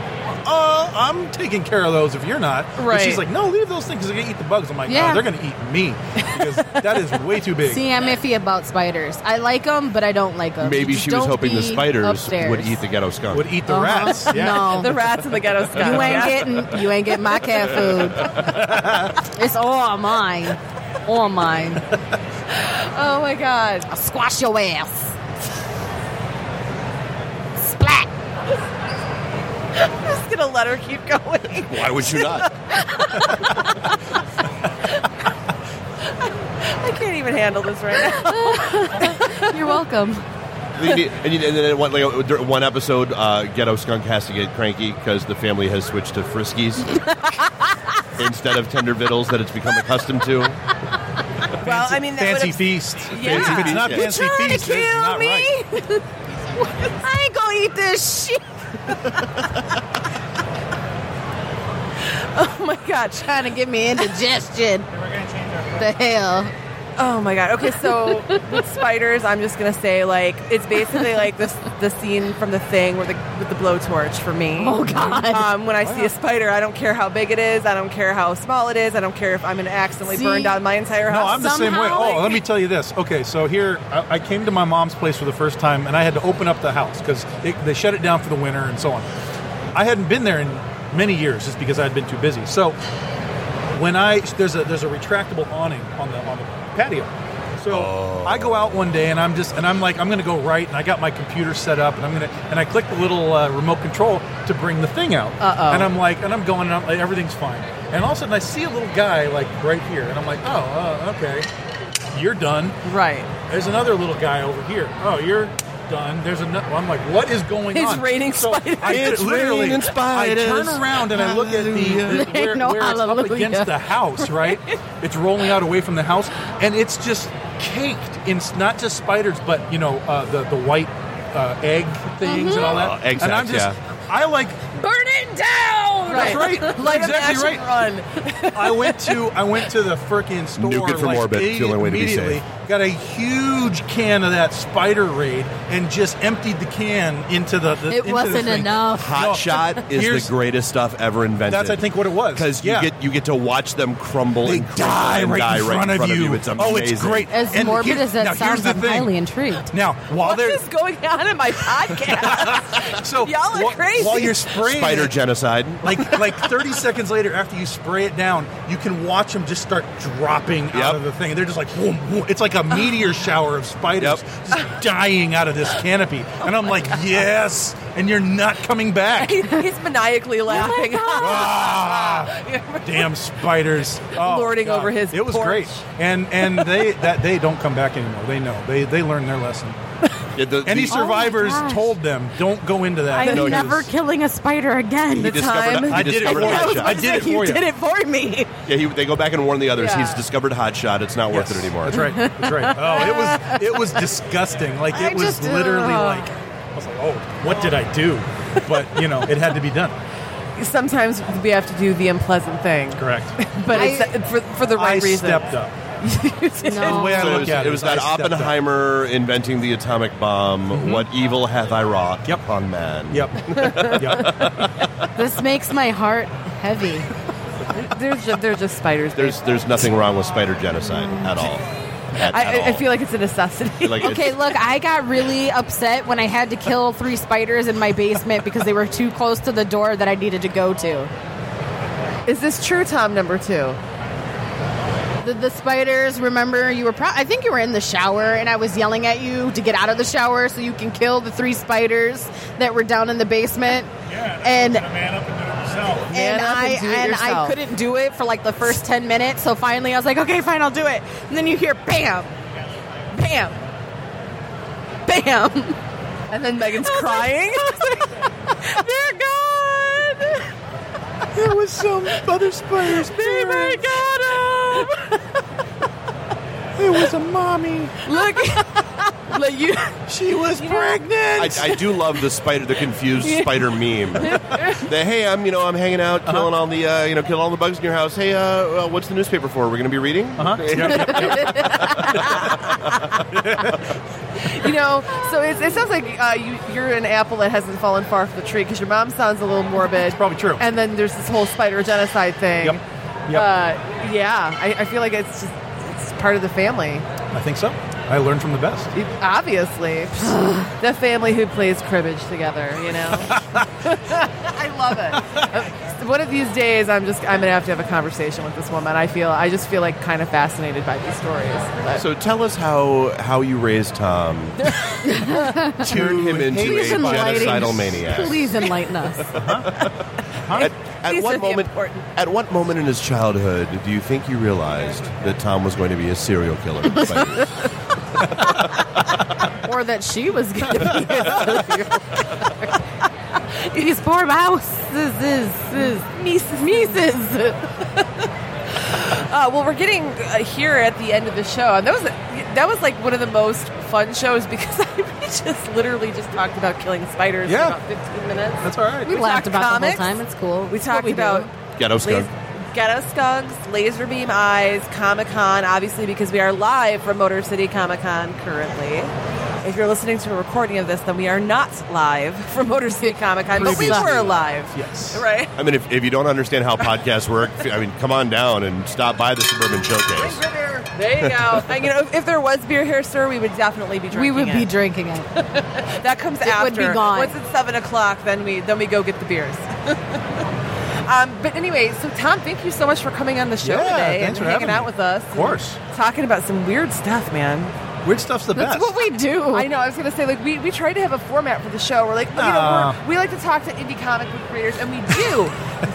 S6: "Oh, I'm taking care of those if you're not." But
S3: Right.
S6: she's like, "No, leave those things. 'cause They're gonna eat the bugs." I'm like,
S4: Yeah.
S6: "No, they're gonna eat me because that is way too big."
S4: See, I'm iffy about spiders. I like them, but I don't like them.
S5: Maybe she was hoping the spiders would eat the ghetto skunk.
S6: Would eat the rats. Yeah.
S4: uh-huh. No.
S3: The rats in the ghetto skunk.
S4: you ain't
S3: yeah.
S4: getting you ain't getting my cat food. it's all mine. All mine.
S3: Oh my god.
S4: I'll squash your ass. Splat.
S3: I'm just gonna let her keep going.
S5: Why would you not?
S3: I can't even handle this right now.
S4: You're welcome.
S5: and, you, and, you- and then one, like, uh, dur- one episode, uh, Ghetto Skunk has to get cranky because the family has switched to Friskies instead of tender vittles that it's become accustomed to.
S3: Well, I mean, that
S6: fancy
S3: would've-
S6: feast.
S3: Yeah.
S6: If it's not
S5: You're
S6: fancy feast, it's not right.
S4: I ain't gonna eat this shit.
S3: Oh my god.
S4: Trying to get me indigestion. The hell.
S3: Oh my god. Okay, so with spiders, I'm just gonna say like it's basically like this the scene from the thing where the with the blowtorch for me.
S4: Oh god.
S3: Um, when I see a spider, I don't care how big it is, I don't care how small it is, I don't care if I'm gonna accidentally burn
S4: See?
S3: down my entire
S6: No,
S3: house.
S6: I'm the same way.
S4: Somehow,
S6: Oh,
S4: like-
S6: let me tell you this. Okay, so here I, I came to my mom's place for the first time, and I had to open up the house because they shut it down for the winter and so on. I hadn't been there in many years just because I'd been too busy. So when I there's a there's a retractable awning on the on the patio. So I go out one day and I'm just and I'm like I'm gonna go right and I got my computer set up and I'm gonna and I click the little uh, remote control to bring the thing out. Uh-oh. And I'm like and I'm going and I'm, like, everything's fine. And all of a sudden I see a little guy like right here and I'm like oh uh, okay you're done.
S3: Right.
S6: There's another little guy over here. Oh you're done. There's another. I'm like what is going
S3: It's
S6: on?
S3: raining spiders.
S6: I
S5: It's
S6: literally
S5: raining spiders.
S6: I turn around and I look at the,
S5: Hallelujah.
S6: the- where,
S4: No,
S6: where it's up
S4: hallelujah.
S6: against the house, right? It's rolling out away from the house, and it's just caked in s- not just spiders, but you know uh, the the white uh, egg things and all that.
S5: Uh, egg
S6: and I'm
S5: sacs,
S6: just, I like
S7: Burn it down!
S6: that's right.
S3: Light
S6: That's exactly
S3: up the action
S6: right. Oh, I went to I went to the frickin' store.
S5: Nuke it from
S6: like,
S5: orbit. It's the only way to be safe.
S6: immediately, Got a huge can of that spider raid and just emptied the can into the. the
S4: It
S6: into the
S4: wasn't
S6: thing.
S4: enough.
S5: Hot
S6: No,
S5: Shot is
S6: here's-
S5: the greatest stuff ever invented.
S6: That's I think what it was.
S5: because
S6: yeah.
S5: you get you get to watch them crumble
S6: they
S5: and crumble
S6: die
S5: and
S6: right,
S5: die
S6: in,
S5: right
S6: front of you.
S5: It's amazing.
S6: oh, it's great.
S4: As
S6: And
S4: morbid
S6: here-
S4: as that
S6: now, here's
S4: sounds,
S6: the
S4: I'm
S6: thing.
S4: highly intrigued.
S6: Now, while
S3: What
S6: they're
S3: is going on in my podcast?
S6: so
S3: Y'all are
S6: while,
S3: crazy.
S6: while you're spraying
S5: Spider
S6: it,
S5: genocide.
S6: like like 30 seconds later after you spray it down you can watch them just start dropping
S5: Yep.
S6: out of the thing they're just like whoom, whoom. it's like a meteor shower of spiders just dying out of this canopy and i'm like yes and you're not coming back
S3: He- He's maniacally laughing.
S6: Ah, damn spiders oh,
S3: Lording
S6: God.
S3: over his
S6: it was
S3: porch.
S6: great and and they that they don't come back anymore they know they they learned their lesson
S5: Yeah, the-
S6: any
S5: the-
S6: survivors
S4: gosh.
S6: told them don't go into that
S4: I'm
S5: No, he
S4: never
S5: was-
S4: killing a spider again.
S5: he discovered,
S3: time-
S5: he
S6: I did it
S5: discovered
S6: for you.
S5: Hot Shot.
S6: I did it for you.
S7: did it for me.
S5: Yeah, he, they go back and warn the others.
S3: Yeah.
S5: He's discovered Hot Shot. It's not worth
S6: Yes,
S5: it anymore.
S6: That's right. That's right. Oh, it was it was disgusting. Like
S4: I
S6: it was
S4: just, uh,
S6: literally like I was like, oh, what did I do? But you know, it had to be done.
S3: Sometimes we have to do the unpleasant thing,
S6: Correct.
S3: but
S4: I-
S3: it's for, for the
S6: I
S3: right reason.
S6: stepped up. The way
S4: no.
S6: I
S5: So it
S6: look
S5: was,
S6: at
S5: it was
S6: is I
S5: that
S6: stepped up. Mm-hmm.
S5: Oppenheimer inventing the atomic bomb. What evil hath I wrought
S6: Yep.
S5: upon man?
S6: Yep. yep.
S4: This makes my heart heavy.
S3: They're just, they're just spiders. babe.
S5: There's there's nothing wrong with spider genocide at all. At,
S3: I,
S5: at
S3: I- I
S5: all.
S3: feel like it's a necessity.
S5: Like,
S4: Okay,
S5: it's-
S4: look, I got really upset when I had to kill three spiders in my basement because they were too close to the door that I needed to go to.
S3: Is this true, Tom? Number two.
S4: The, the spiders, remember, you were pro- I think you were in the shower and I was yelling at you to get out of the shower so you can kill the three spiders that were down in the basement.
S8: Yeah,
S4: And
S8: a man up and down himself.
S4: and
S3: Man up
S4: I
S3: and do it
S4: and I
S3: yourself.
S4: couldn't do it for like the first 10 minutes. So finally I was like, "Okay, fine, I'll do it." And then you hear bam. Bam. Bam.
S3: And then Megan's crying.
S4: They're gone.
S6: There was some other spiders.
S4: They got 'em.
S6: It was a mommy.
S3: Look, look you.
S6: She was pregnant.
S5: I, I do love the spider, the confused spider meme. the hey, I'm you know I'm hanging
S6: Uh-huh.
S5: out, killing all the uh, you know killing all the bugs in your house. Hey, uh, uh, what's the newspaper for? We're going to be reading.
S6: uh-huh.
S3: You know, so it, it sounds like uh, you, you're an apple that hasn't fallen far from the tree because your mom sounds a little morbid. It's
S6: probably true.
S3: And then there's this whole spider genocide thing.
S6: Yep. Yep.
S3: Uh, yeah, I, I feel like it's just it's part of the family.
S6: I think so. I learned from the best.
S3: It- obviously, the family who plays cribbage together. You know, I love it. Uh, One of these days, I'm just I'm gonna have to have a conversation with this woman. I feel I just feel like kind of fascinated by these stories. But-
S5: So tell us how how you raised Tom, turned him into
S6: Please
S5: a
S4: enlighten-
S5: genocidal maniac.
S4: Please enlighten us.
S5: At, at
S3: These are
S5: what
S3: the
S5: moment?
S3: important-
S5: At what moment in his childhood do you think you realized that Tom was going to be a serial killer? of spiders?
S4: or that she was going to be These poor mouses, nieces, nieces.
S3: Uh, well, we're getting uh, here at the end of the show, and that was that was like one of the most fun shows because I we just literally just talked about killing spiders
S6: Yeah.
S3: for about 15 minutes.
S6: That's all right.
S4: We, laughed
S3: talked
S4: about
S3: comics.
S4: the whole time. It's cool.
S3: we
S4: It's what
S3: talked
S4: we do.
S3: about
S5: Ghetto skunk.
S3: las- ghetto skunks, laser beam eyes, Comic Con, obviously because we are live from Motor City Comic Con currently. If you're listening to a recording of this, then we are not live from Motor City Comic Con, but we
S6: Previously.
S3: were live.
S6: Yes.
S3: Right?
S5: I mean, if, if you don't understand how podcasts work, I mean, come on down and stop by the Suburban Showcase.
S3: There you go. And, you know, if, if there was beer here, sir, we would definitely be drinking
S4: we would
S3: it.
S4: be drinking it.
S3: That comes after.
S4: would be gone.
S3: Once it's seven o'clock, then we then we go get the beers. um, but anyway, so Tom, thank you so much for coming on the show
S6: Yeah,
S3: today
S6: thanks
S3: and
S6: for
S3: hanging
S6: having
S3: out
S6: me.
S3: with us.
S6: Of course.
S3: Talking about some weird stuff, man.
S6: Weird stuff's the
S4: That's
S6: best.
S4: what we do.
S3: I know. I was gonna say like we, we tried to have a format for the show. We're like, you know,
S6: Nah.
S3: we're, we like to talk to indie comic book creators, and we do.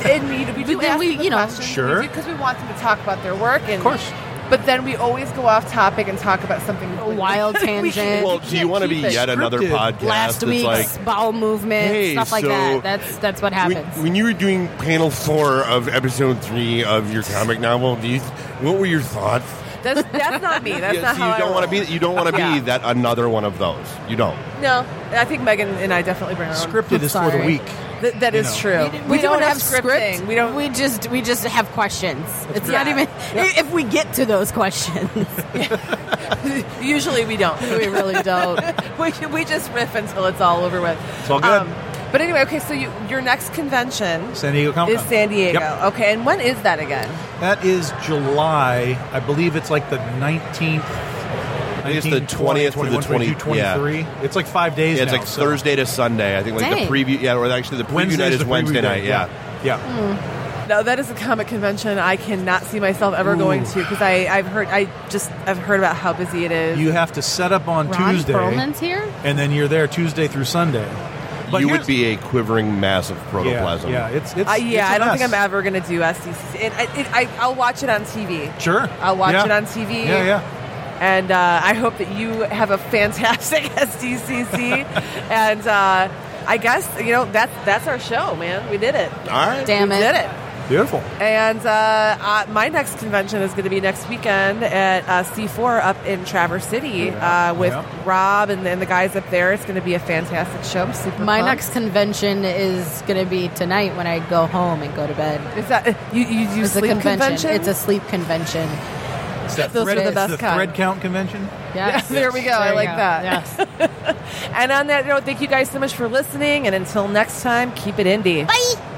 S3: and we, we do
S4: But then
S3: ask
S4: we-
S3: them the
S4: you know.
S3: questions.
S6: Sure.
S3: because we, want them to talk about their work. And, of
S6: course.
S3: But then we always go off topic and talk about something
S4: A wild tangent.
S5: Well, do you want to be
S4: Keep it
S5: yet another
S6: scripted.
S5: podcast
S4: Last
S5: that's
S4: week's
S5: like
S4: bowel movement,
S5: Hey,
S4: stuff like
S5: so
S4: that. That's that's what
S5: when,
S4: happens.
S5: when you were doing panel four of episode three of your comic novel? Do you what were your thoughts?
S3: That's, that's not me. That's
S5: Yeah,
S3: not
S5: so
S3: how
S5: you
S3: I
S5: don't
S3: want
S5: to be you don't want to
S3: Yeah.
S5: be that another one of those. You don't.
S3: No, I think Megan and I definitely bring our own.
S6: Scripted is for the
S4: sorry.
S6: weak.
S3: Th- that
S6: You
S3: is
S6: know.
S3: true.
S4: we, don't have script.
S3: We don't.
S4: We just we just have questions. it's
S3: right.
S4: not even if we get to those questions.
S3: usually we don't.
S4: we really don't.
S3: we, we just riff until it's all over with. It's
S6: all good.
S3: but anyway, okay. So you, your next convention
S6: San Diego Comic
S3: is
S6: Con.
S3: San Diego.
S6: Yep.
S3: Okay, and when is that again?
S6: That is July. I believe it's like the 19th.
S5: think it's the 20th to the
S6: 20,
S5: 20 yeah.
S6: 23. It's like five days.
S5: Yeah, it's
S6: now,
S5: like
S6: so
S5: Thursday to Sunday. I think like
S4: Dang.
S5: the preview. Yeah, or actually the preview night
S6: Wednesday's
S5: is
S6: the preview
S5: Wednesday
S6: day,
S5: night. Yeah.
S6: Yeah.
S3: No, that is a comic convention. I cannot see myself ever going to because I I've heard I just I've heard about how busy it is.
S6: You have to set up on
S4: Ron
S6: Tuesday,
S4: Perlman's here.
S6: and then you're there Tuesday through Sunday. But
S5: you would
S6: here's-
S5: be a quivering mass of
S6: Yeah,
S5: protoplasm.
S6: yeah, it's it's
S3: Uh, yeah,
S6: it's a
S3: I don't think
S6: mess.
S3: I'm ever going to do SDCC. And I, it, I, I'll watch it on TV.
S6: Sure,
S3: I'll watch
S6: Yeah.
S3: it on TV.
S6: Yeah, yeah.
S3: and uh, I hope that you have a fantastic SDCC. and uh, I guess you know that's that's our show, man. We did it.
S5: All right.
S4: Damn
S3: we
S4: it.
S3: did it.
S6: Beautiful.
S3: And uh, uh, my next convention is going to be next weekend at uh, C4 up in Traverse City uh, with
S6: Yeah.
S3: Rob and, and the guys up there. It's going to be a fantastic show. I'm super
S4: My
S3: pumped.
S4: next convention is going to be tonight when I go home and go to bed.
S3: is that you you do
S4: It's a
S3: sleep
S4: convention.
S3: convention?
S4: It's a sleep convention.
S6: It's that
S3: Those
S6: thread,
S3: are the
S6: it's
S3: best kind.
S6: thread count convention.
S4: Yes.
S3: there we go. I
S4: you
S3: like that.
S4: Yes.
S3: and on that note, thank you guys so much for listening. And until next time, keep it indie.
S4: Bye.